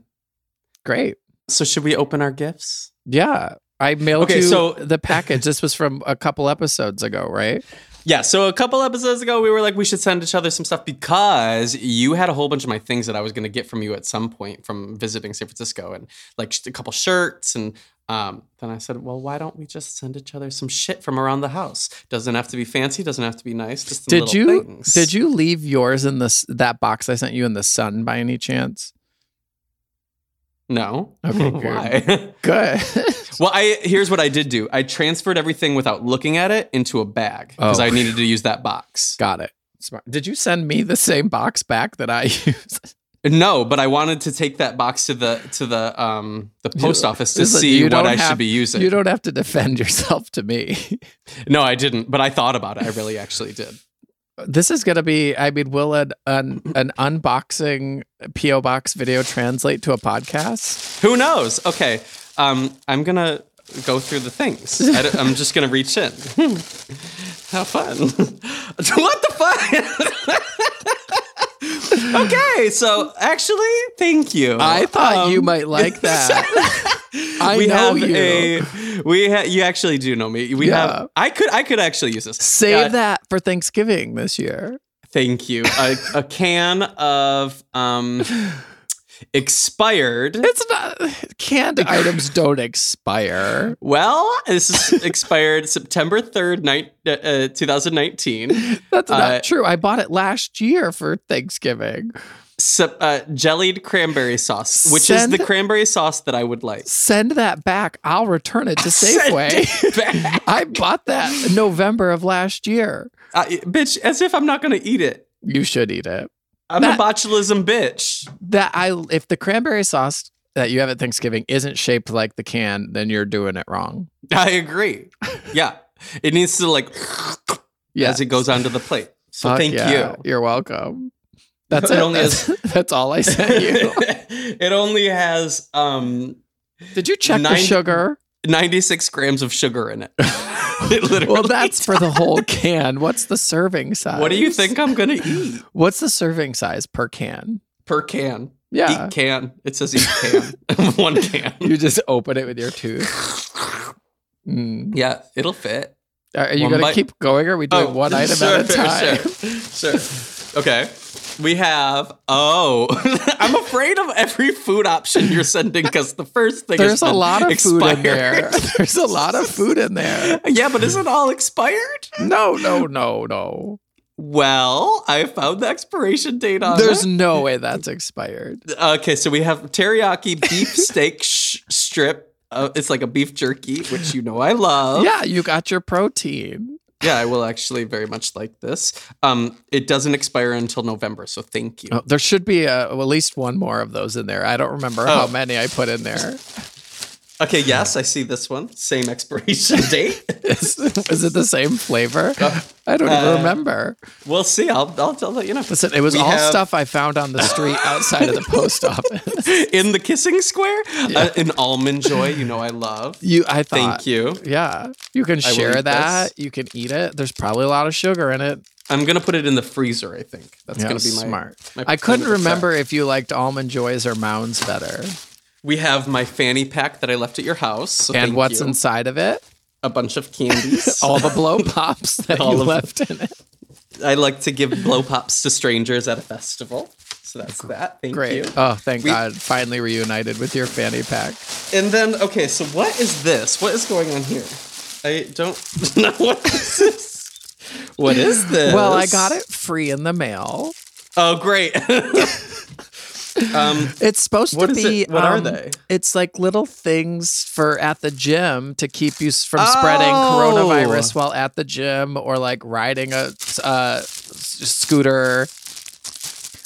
[SPEAKER 2] Great.
[SPEAKER 3] So should we open our gifts?
[SPEAKER 2] Yeah. I mailed
[SPEAKER 3] Okay,
[SPEAKER 2] you
[SPEAKER 3] so-
[SPEAKER 2] the package. This was from a couple episodes ago, right?
[SPEAKER 3] Yeah. So a couple episodes ago, we were like, we should send each other some stuff because you had a whole bunch of my things that I was going to get from you at some point from visiting San Francisco and like sh- a couple shirts. And um, then I said, well, why don't we just send each other some shit from around the house? Doesn't have to be fancy. Doesn't have to be nice. Just some
[SPEAKER 2] Did
[SPEAKER 3] little
[SPEAKER 2] you
[SPEAKER 3] things.
[SPEAKER 2] did you leave yours in this that box I sent you in the sun by any chance?
[SPEAKER 3] No.
[SPEAKER 2] Okay,
[SPEAKER 3] [LAUGHS]
[SPEAKER 2] good.
[SPEAKER 3] why? [LAUGHS]
[SPEAKER 2] Good.
[SPEAKER 3] well, I here's what I did do. I transferred everything without looking at it into a bag because
[SPEAKER 2] Oh.
[SPEAKER 3] I needed to use that box.
[SPEAKER 2] Got it. Smart. Did you send me the same box back that I [LAUGHS] used?
[SPEAKER 3] No, but I wanted to take that box to the to the um the post
[SPEAKER 2] You-
[SPEAKER 3] office to
[SPEAKER 2] listen,
[SPEAKER 3] see
[SPEAKER 2] you
[SPEAKER 3] what
[SPEAKER 2] don't
[SPEAKER 3] I should
[SPEAKER 2] have-
[SPEAKER 3] be using.
[SPEAKER 2] You don't have to defend [LAUGHS] yourself to me.
[SPEAKER 3] No, I didn't, but I thought about it. I really actually did.
[SPEAKER 2] This is gonna be. I mean, will an an, an unboxing PO box video translate to a podcast?
[SPEAKER 3] Who knows? Okay, um, I'm gonna go through the things. I am just gonna reach in. [LAUGHS] How fun! [LAUGHS] what the fuck? [LAUGHS] okay, so actually, thank you.
[SPEAKER 2] I thought you
[SPEAKER 3] Um,
[SPEAKER 2] might
[SPEAKER 3] [LAUGHS]
[SPEAKER 2] like that. I
[SPEAKER 3] we
[SPEAKER 2] know
[SPEAKER 3] have
[SPEAKER 2] you.
[SPEAKER 3] a we ha- you actually do know me. We
[SPEAKER 2] Yeah.
[SPEAKER 3] have I could I could actually use this.
[SPEAKER 2] Save
[SPEAKER 3] Uh,
[SPEAKER 2] that for Thanksgiving this year.
[SPEAKER 3] Thank you. A, a can of um expired.
[SPEAKER 2] It's not
[SPEAKER 3] [LAUGHS]
[SPEAKER 2] canned items don't expire.
[SPEAKER 3] Well, this is expired September 3rd, night, uh, uh, 2019.
[SPEAKER 2] That's not
[SPEAKER 3] Uh,
[SPEAKER 2] true. I bought it last year for Thanksgiving.
[SPEAKER 3] Sup- uh, jellied cranberry sauce, which
[SPEAKER 2] Send-
[SPEAKER 3] is the cranberry sauce that I
[SPEAKER 2] [LAUGHS]
[SPEAKER 3] would like.
[SPEAKER 2] Send that back. I'll return it to
[SPEAKER 3] [LAUGHS] Send
[SPEAKER 2] Safeway.
[SPEAKER 3] it [LAUGHS] back.
[SPEAKER 2] [LAUGHS] I bought that in November of last year.
[SPEAKER 3] Uh, bitch, as if I'm not going to eat it.
[SPEAKER 2] You should eat it.
[SPEAKER 3] I'm
[SPEAKER 2] That-
[SPEAKER 3] a botulism bitch.
[SPEAKER 2] That I if the cranberry sauce that you have at Thanksgiving isn't shaped like the can, then you're doing it wrong.
[SPEAKER 3] I agree. Yeah. It needs to like
[SPEAKER 2] [LAUGHS] Yes.
[SPEAKER 3] as it goes onto the plate. So
[SPEAKER 2] Fuck
[SPEAKER 3] thank
[SPEAKER 2] yeah.
[SPEAKER 3] you.
[SPEAKER 2] You're welcome. That's it.
[SPEAKER 3] It only
[SPEAKER 2] that's, [LAUGHS] that's all I sent
[SPEAKER 3] [LAUGHS]
[SPEAKER 2] you.
[SPEAKER 3] it only has um
[SPEAKER 2] Did you check the
[SPEAKER 3] Nine- [LAUGHS]
[SPEAKER 2] sugar?
[SPEAKER 3] 96 grams of sugar in it. [LAUGHS] it literally
[SPEAKER 2] Well, that's for the
[SPEAKER 3] [LAUGHS]
[SPEAKER 2] whole can. What's the serving size?
[SPEAKER 3] What do you think I'm gonna eat
[SPEAKER 2] What's the serving size per can?
[SPEAKER 3] per can?
[SPEAKER 2] Yeah.
[SPEAKER 3] Eat can. It says eat can. [LAUGHS] One can.
[SPEAKER 2] You just open it with your
[SPEAKER 3] [LAUGHS]
[SPEAKER 2] tooth. Mm.
[SPEAKER 3] Yeah, it'll fit.
[SPEAKER 2] Are are you
[SPEAKER 3] One
[SPEAKER 2] going to
[SPEAKER 3] bite. Oh,
[SPEAKER 2] keep going or are we doing one
[SPEAKER 3] [LAUGHS]
[SPEAKER 2] item at a time?
[SPEAKER 3] Sure, sure. Okay. We have oh, [LAUGHS] I'm afraid of every food option you're sending because the first thing
[SPEAKER 2] There's
[SPEAKER 3] has
[SPEAKER 2] a
[SPEAKER 3] been
[SPEAKER 2] lot of food in
[SPEAKER 3] expired.
[SPEAKER 2] there. [LAUGHS] There's a lot of food in there.
[SPEAKER 3] [LAUGHS] Yeah, but is it all expired?
[SPEAKER 2] No, no, no, no.
[SPEAKER 3] Well, I found the expiration date on
[SPEAKER 2] There's
[SPEAKER 3] it.
[SPEAKER 2] no way that's expired.
[SPEAKER 3] Okay, so we have teriyaki
[SPEAKER 2] [LAUGHS]
[SPEAKER 3] beef steak sh- strip. Uh, it's like a beef jerky, which you know I love.
[SPEAKER 2] Yeah, you got your protein.
[SPEAKER 3] Yeah, I will actually very much like this. Um, it doesn't expire until November, so thank you.
[SPEAKER 2] Oh, there should be uh at least one more of those in there. I don't remember how
[SPEAKER 3] Oh.
[SPEAKER 2] many I put in
[SPEAKER 3] [LAUGHS]
[SPEAKER 2] there.
[SPEAKER 3] Okay, yes, I see this one. Same expiration [LAUGHS] date.
[SPEAKER 2] Is, is it the same flavor? I don't even
[SPEAKER 3] Uh,
[SPEAKER 2] remember.
[SPEAKER 3] we'll see. I'll, I'll tell that, you
[SPEAKER 2] [LAUGHS]
[SPEAKER 3] know.
[SPEAKER 2] Listen, it was
[SPEAKER 3] we
[SPEAKER 2] all
[SPEAKER 3] have-
[SPEAKER 2] stuff I found on the street outside
[SPEAKER 3] [LAUGHS]
[SPEAKER 2] of the post office.
[SPEAKER 3] In the kissing square, uh, an almond joy, you know I love.
[SPEAKER 2] You, I thought.
[SPEAKER 3] Thank you.
[SPEAKER 2] Yeah, you can
[SPEAKER 3] will
[SPEAKER 2] share
[SPEAKER 3] eat
[SPEAKER 2] that.
[SPEAKER 3] this.
[SPEAKER 2] You can eat it. There's probably a lot of sugar in it.
[SPEAKER 3] I'm going to put it in the freezer, I think. That's
[SPEAKER 2] Yeah,
[SPEAKER 3] going to be my
[SPEAKER 2] smart.
[SPEAKER 3] my
[SPEAKER 2] I couldn't
[SPEAKER 3] primitive
[SPEAKER 2] remember
[SPEAKER 3] fact.
[SPEAKER 2] if you liked almond joys or mounds better,
[SPEAKER 3] We have my fanny pack that I left at your house. so
[SPEAKER 2] and
[SPEAKER 3] thank
[SPEAKER 2] what's Oh,
[SPEAKER 3] you.
[SPEAKER 2] inside of it.
[SPEAKER 3] a bunch of
[SPEAKER 2] [LAUGHS]
[SPEAKER 3] candies.
[SPEAKER 2] All the
[SPEAKER 3] [LAUGHS]
[SPEAKER 2] blow pops that
[SPEAKER 3] All
[SPEAKER 2] you
[SPEAKER 3] of
[SPEAKER 2] left in it.
[SPEAKER 3] I like to give blow pops to strangers at a festival. So that's that. Thank
[SPEAKER 2] Great.
[SPEAKER 3] you.
[SPEAKER 2] Oh, thank
[SPEAKER 3] We-
[SPEAKER 2] God! Finally reunited with your fanny pack.
[SPEAKER 3] And then, okay, so what is this? What is going on here? I don't [LAUGHS] know what this is. What is this?
[SPEAKER 2] Well, I got it free in the mail.
[SPEAKER 3] Oh, great. [LAUGHS] um,
[SPEAKER 2] It's supposed
[SPEAKER 3] What
[SPEAKER 2] to
[SPEAKER 3] is
[SPEAKER 2] be.
[SPEAKER 3] it? What are
[SPEAKER 2] um,
[SPEAKER 3] they?
[SPEAKER 2] It's like little things for at the gym to keep you s- from spreading
[SPEAKER 3] Oh!
[SPEAKER 2] coronavirus while at the gym or like riding a uh, s- scooter.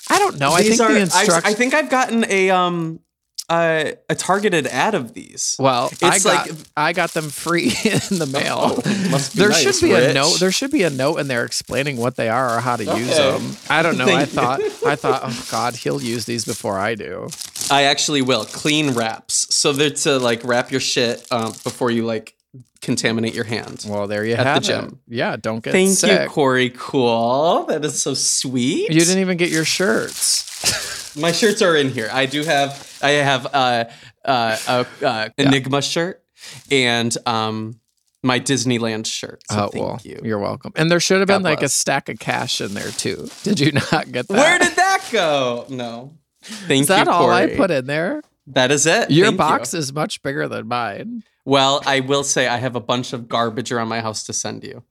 [SPEAKER 2] I I don't know. I think the
[SPEAKER 3] I've-
[SPEAKER 2] instruction.
[SPEAKER 3] I think I've gotten a um uh, a targeted ad of these.
[SPEAKER 2] Well, I
[SPEAKER 3] It's
[SPEAKER 2] got
[SPEAKER 3] like- Oh,
[SPEAKER 2] I got them free [LAUGHS] in the mail.
[SPEAKER 3] [LAUGHS]
[SPEAKER 4] must be
[SPEAKER 2] there
[SPEAKER 4] nice,
[SPEAKER 2] should be a
[SPEAKER 4] Rich.
[SPEAKER 2] note. There should be a note in there explaining what they are or how to use
[SPEAKER 4] Okay.
[SPEAKER 2] them. I don't know. I
[SPEAKER 3] Thank you.
[SPEAKER 2] thought I thought, oh God, he'll use these before I do.
[SPEAKER 3] I actually will clean wraps, so they're to like wrap your shit um, before you like contaminate your hand.
[SPEAKER 2] Well, there you
[SPEAKER 3] At the
[SPEAKER 2] have
[SPEAKER 3] gym.
[SPEAKER 2] it. Yeah, don't get
[SPEAKER 3] Thank you,
[SPEAKER 2] sick.
[SPEAKER 3] Corey. Cool. That is so sweet.
[SPEAKER 2] You didn't even get your shirts.
[SPEAKER 3] My shirts are in here. I do have. I have uh, uh, a uh, Enigma shirt and um, my Disneyland shirt. So
[SPEAKER 2] oh
[SPEAKER 3] thank
[SPEAKER 2] well,
[SPEAKER 3] you.
[SPEAKER 2] are welcome. And there should have been
[SPEAKER 3] God
[SPEAKER 2] like a
[SPEAKER 3] bless.
[SPEAKER 2] stack of cash in there too. Did you [LAUGHS] not get that?
[SPEAKER 3] Where did that go? No. Thank
[SPEAKER 2] is that
[SPEAKER 3] you,
[SPEAKER 2] all I
[SPEAKER 3] Corey.
[SPEAKER 2] put in there?
[SPEAKER 3] That is it.
[SPEAKER 2] Your
[SPEAKER 3] Thank you.
[SPEAKER 2] box is much bigger than mine.
[SPEAKER 3] Well, I will say I have a bunch of garbage around my house to send you.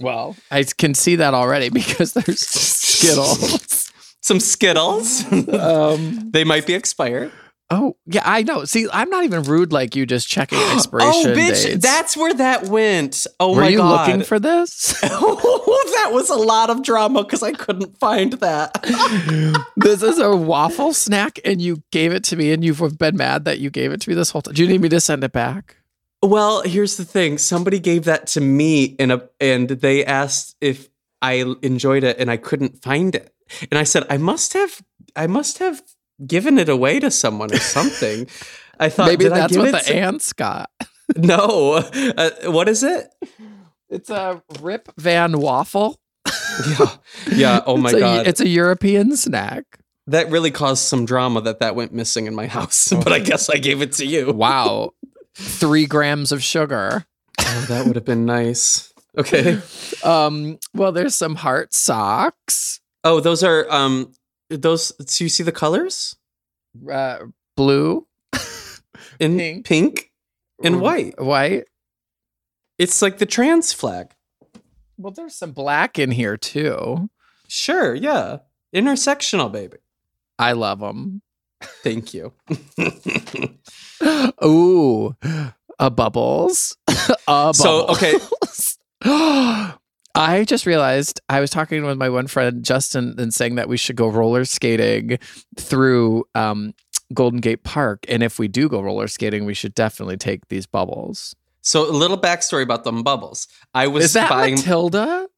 [SPEAKER 2] Well, I can see that already [LAUGHS] because there's
[SPEAKER 3] [LAUGHS]
[SPEAKER 2] Skittles.
[SPEAKER 3] Some Skittles. [LAUGHS]
[SPEAKER 2] um,
[SPEAKER 3] they might be expired.
[SPEAKER 2] oh yeah, I know. See, I'm not even rude like you, just checking expiration
[SPEAKER 3] [GASPS] oh, bitch!
[SPEAKER 2] dates.
[SPEAKER 3] That's where that went. Oh
[SPEAKER 2] Were
[SPEAKER 3] my
[SPEAKER 2] you
[SPEAKER 3] god!
[SPEAKER 2] looking for
[SPEAKER 3] [LAUGHS]
[SPEAKER 2] this?
[SPEAKER 3] that was a lot of drama because I couldn't find that. [LAUGHS]
[SPEAKER 2] this is a waffle snack, and you gave it to me, and you've been mad that you gave it to me this whole time. Do you need me to send it back?
[SPEAKER 3] Well, here's the thing. Somebody gave that to me in a and they asked if I l- enjoyed it and I couldn't find it. And I said, I must have I must have given it away to someone or something. I thought
[SPEAKER 2] Maybe
[SPEAKER 3] "Did I
[SPEAKER 2] that's
[SPEAKER 3] give
[SPEAKER 2] what
[SPEAKER 3] it
[SPEAKER 2] the
[SPEAKER 3] to-"
[SPEAKER 2] ants got.
[SPEAKER 3] No. Uh, what is it?
[SPEAKER 2] It's a Rip Van Waffle.
[SPEAKER 3] Yeah. Yeah, oh
[SPEAKER 2] [LAUGHS]
[SPEAKER 3] my
[SPEAKER 2] It's a-
[SPEAKER 3] god.
[SPEAKER 2] it's a European snack.
[SPEAKER 3] that really caused some drama that that went missing in my house, [LAUGHS] but I guess I gave it to you.
[SPEAKER 2] Wow, three grams of sugar.
[SPEAKER 3] Oh, that would have been nice. Okay.
[SPEAKER 2] Um, well, there's some heart socks,
[SPEAKER 3] Oh, those are um those do you see the colors?
[SPEAKER 2] uh, blue,
[SPEAKER 3] In
[SPEAKER 2] Pink. Mm.
[SPEAKER 3] pink and white.
[SPEAKER 2] White.
[SPEAKER 3] It's like the trans flag.
[SPEAKER 2] Well, there's some black in here too.
[SPEAKER 3] Sure, yeah. Intersectional, baby.
[SPEAKER 2] I love them.
[SPEAKER 3] Thank you. [LAUGHS]
[SPEAKER 2] Ooh, a bubbles. [LAUGHS] a
[SPEAKER 3] So,
[SPEAKER 2] bubbles. [GASPS]
[SPEAKER 3] okay.
[SPEAKER 2] I just realized I was talking with my one friend Justin and saying that we should go roller skating through um, Golden Gate Park, and if we do go roller skating, we should definitely take these bubbles.
[SPEAKER 3] So, a little backstory about them bubbles. I was
[SPEAKER 2] Is that
[SPEAKER 3] buying. [LAUGHS]
[SPEAKER 2] Matilda?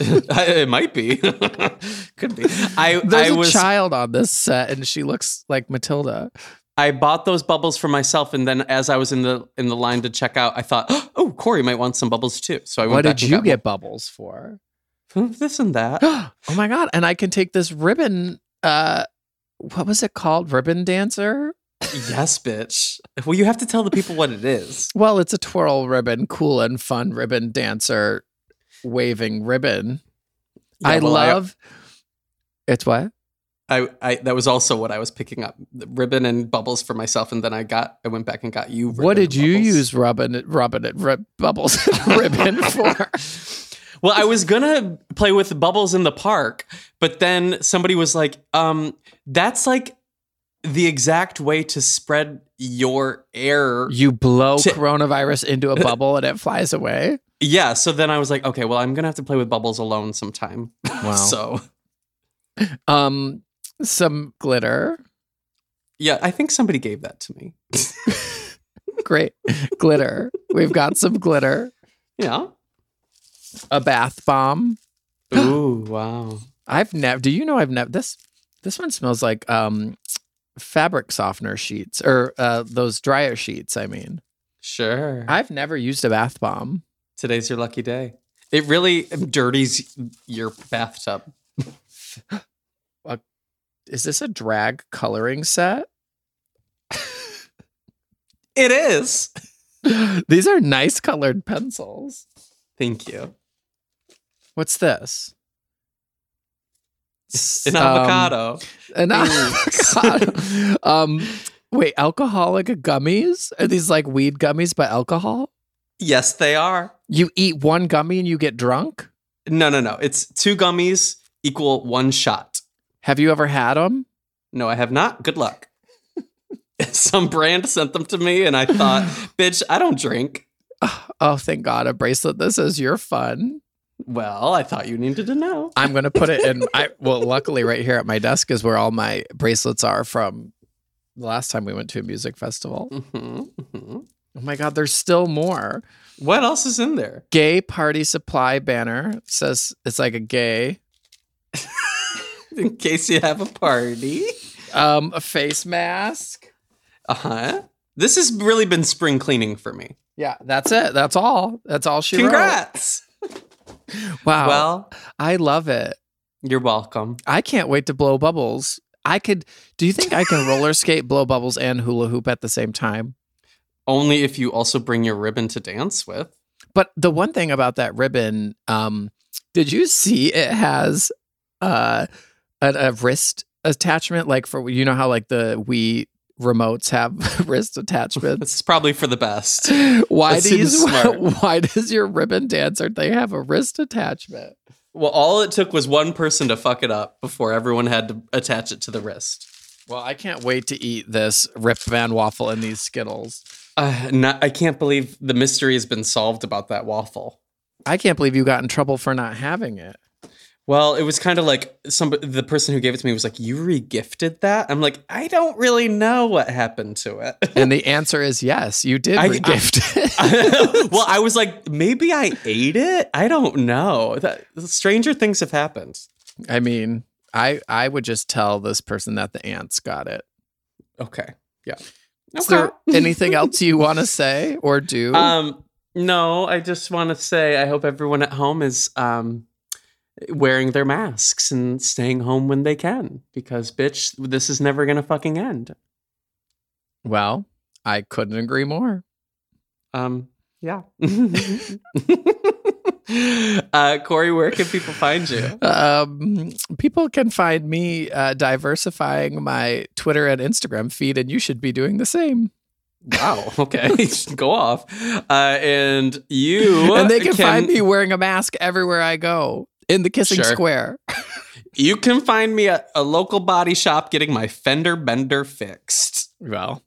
[SPEAKER 3] it might be. [LAUGHS] Could be. I
[SPEAKER 2] There's
[SPEAKER 3] I
[SPEAKER 2] a
[SPEAKER 3] was
[SPEAKER 2] child on this set, and she looks like Matilda.
[SPEAKER 3] I bought those bubbles for myself, and then as I was in the in the line to check out, I thought, [GASPS] oh, Corey might want some bubbles too. So I went.
[SPEAKER 2] What
[SPEAKER 3] back
[SPEAKER 2] did
[SPEAKER 3] and
[SPEAKER 2] you
[SPEAKER 3] got
[SPEAKER 2] get bubbles for?
[SPEAKER 3] more. [LAUGHS] This and that.
[SPEAKER 2] [GASPS] oh my god! And I can take this ribbon. Uh, what was it called? Ribbon dancer.
[SPEAKER 3] yes, bitch. Well, you have to tell the people what it is.
[SPEAKER 2] Well, it's a twirl ribbon, cool and fun ribbon dancer, waving ribbon. I
[SPEAKER 3] Yeah, well,
[SPEAKER 2] love. It's what?
[SPEAKER 3] I, I that was also what I was picking up the ribbon and bubbles for myself, and then I got I went back and got you.
[SPEAKER 2] What
[SPEAKER 3] ribbon
[SPEAKER 2] did you
[SPEAKER 3] bubbles.
[SPEAKER 2] use rubbing it, rubbing it, rib, bubbles, [LAUGHS] ribbon for?
[SPEAKER 3] Well, I was gonna play with bubbles in the park, but then somebody was like, um, "That's like the exact way to spread your air."
[SPEAKER 2] [LAUGHS] You blow
[SPEAKER 3] To-
[SPEAKER 2] coronavirus into [LAUGHS] a bubble and it flies away.
[SPEAKER 3] Yeah. So then I was like, "Okay, well, I'm gonna have to play with bubbles alone sometime."
[SPEAKER 2] Wow.
[SPEAKER 3] so
[SPEAKER 2] Um, some glitter.
[SPEAKER 3] yeah, I think somebody gave that to me.
[SPEAKER 2] Great. glitter. We've got some glitter. [GASPS]
[SPEAKER 3] Yeah.
[SPEAKER 2] A bath bomb.
[SPEAKER 3] Ooh, wow.
[SPEAKER 2] I've never do you know I've never this this one smells like um fabric softener sheets or uh those dryer sheets, I mean.
[SPEAKER 3] Sure.
[SPEAKER 2] I've never used a bath bomb.
[SPEAKER 3] Today's your lucky day. It really dirties your bathtub.
[SPEAKER 2] Is this a drag coloring set? [LAUGHS]
[SPEAKER 3] It is.
[SPEAKER 2] These are nice colored pencils.
[SPEAKER 3] Thank you.
[SPEAKER 2] What's this?
[SPEAKER 3] An
[SPEAKER 2] Um,
[SPEAKER 3] avocado.
[SPEAKER 2] an
[SPEAKER 3] Thanks.
[SPEAKER 2] avocado. um, wait, alcoholic gummies? Are these like weed gummies but alcohol?
[SPEAKER 3] Yes, they are.
[SPEAKER 2] You eat one gummy and you get drunk?
[SPEAKER 3] No, no, no. It's two gummies equal one shot.
[SPEAKER 2] Have you ever had them?
[SPEAKER 3] No, I have not. Good luck. [LAUGHS] Some brand sent them to me, and I [LAUGHS] thought, bitch, I don't drink.
[SPEAKER 2] Oh, thank God, a bracelet that says you're fun.
[SPEAKER 3] Well, I thought you needed to know.
[SPEAKER 2] I'm gonna put it in. I well, luckily, right here at my desk is where all my bracelets are from the last time we went to a music festival.
[SPEAKER 3] Mhm, mhm.
[SPEAKER 2] Oh my god, there's still more.
[SPEAKER 3] What else is in there? [LAUGHS]
[SPEAKER 2] Gay party supply banner It says it's like a gay.
[SPEAKER 3] In case you have a party.
[SPEAKER 2] Um, a face mask.
[SPEAKER 3] Uh huh. This has really been spring cleaning for me.
[SPEAKER 2] Yeah, that's it. That's all. That's all she
[SPEAKER 3] Congrats.
[SPEAKER 2] wrote. Wow.
[SPEAKER 3] Well,
[SPEAKER 2] I love it.
[SPEAKER 3] you're welcome.
[SPEAKER 2] I can't wait to blow bubbles. I could. Do you think I can roller skate, blow bubbles, and hula hoop at the same time?
[SPEAKER 3] Only if you also bring your ribbon to dance with.
[SPEAKER 2] But the one thing about that ribbon, um, did you see it has uh, a, a wrist attachment? Like for you know how like the Wii remotes have [LAUGHS] wrist [LAUGHS] attachments.
[SPEAKER 3] It's probably for the best.
[SPEAKER 2] Why
[SPEAKER 3] That
[SPEAKER 2] do you, [LAUGHS]
[SPEAKER 3] seems smart.
[SPEAKER 2] Why does your ribbon dancer thing have a wrist attachment?
[SPEAKER 3] Well, all it took was one person to fuck it up before everyone had to attach it to the wrist.
[SPEAKER 2] Well, I can't wait to eat this Rip Van Waffle and these Skittles.
[SPEAKER 3] Uh, not, I can't believe the mystery has been solved about that waffle.
[SPEAKER 2] I can't believe you got in trouble for not having it.
[SPEAKER 3] Well, it was kind of like somebody, the person who gave it to me was like, "You regifted that?" I'm like, "I don't really know what happened to it."
[SPEAKER 2] And the answer is yes, you did
[SPEAKER 3] I-
[SPEAKER 2] gift [LAUGHS] it.
[SPEAKER 3] [LAUGHS] well, I was like, maybe I ate it. I don't know. That, stranger things have happened.
[SPEAKER 2] I mean, I I would just tell this person that the ants got it.
[SPEAKER 3] Okay. Yeah.
[SPEAKER 2] Is there
[SPEAKER 3] [LAUGHS]
[SPEAKER 2] anything else you want to say or do?
[SPEAKER 3] Um, no, I just want to say I hope everyone at home is um, wearing their masks and staying home when they can because, bitch, this is never going to fucking end.
[SPEAKER 2] well, I couldn't agree more.
[SPEAKER 3] Um, yeah. [LAUGHS] uh, Corey, where can people find you?
[SPEAKER 2] Um, people can find me uh, diversifying my Twitter and Instagram feed, and you should be doing the same.
[SPEAKER 3] Wow. [LAUGHS] Okay. Go off. Uh, and you.
[SPEAKER 2] and they can, find me wearing a mask everywhere I go in the kissing
[SPEAKER 3] Sure.
[SPEAKER 2] square.
[SPEAKER 3] You can find me at a local body shop getting my fender bender fixed.
[SPEAKER 2] Well,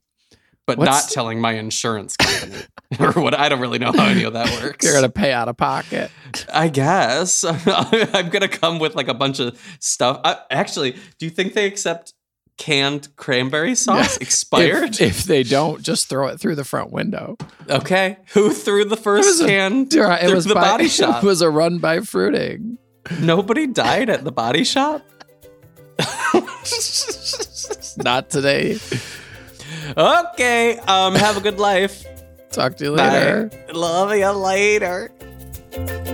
[SPEAKER 3] but
[SPEAKER 2] What's-
[SPEAKER 3] not telling my insurance company [LAUGHS] or what I don't really know how any
[SPEAKER 2] [LAUGHS]
[SPEAKER 3] of that works.
[SPEAKER 2] you're gonna pay out of pocket.
[SPEAKER 3] I guess [LAUGHS] I'm gonna come with like a bunch of stuff. I, actually, do you think they accept canned cranberry sauce expired?
[SPEAKER 2] [LAUGHS] If, if they don't, just throw it through the front window.
[SPEAKER 3] okay, who threw the
[SPEAKER 2] was
[SPEAKER 3] first
[SPEAKER 2] a-
[SPEAKER 3] can?
[SPEAKER 2] [LAUGHS] It was
[SPEAKER 3] the
[SPEAKER 2] by-
[SPEAKER 3] body shop.
[SPEAKER 2] It was a run by fruiting.
[SPEAKER 3] Nobody died at the body shop. [LAUGHS]
[SPEAKER 2] Not today.
[SPEAKER 3] Okay, um, have a good life.
[SPEAKER 2] Talk to you later.
[SPEAKER 3] Bye. Love you later.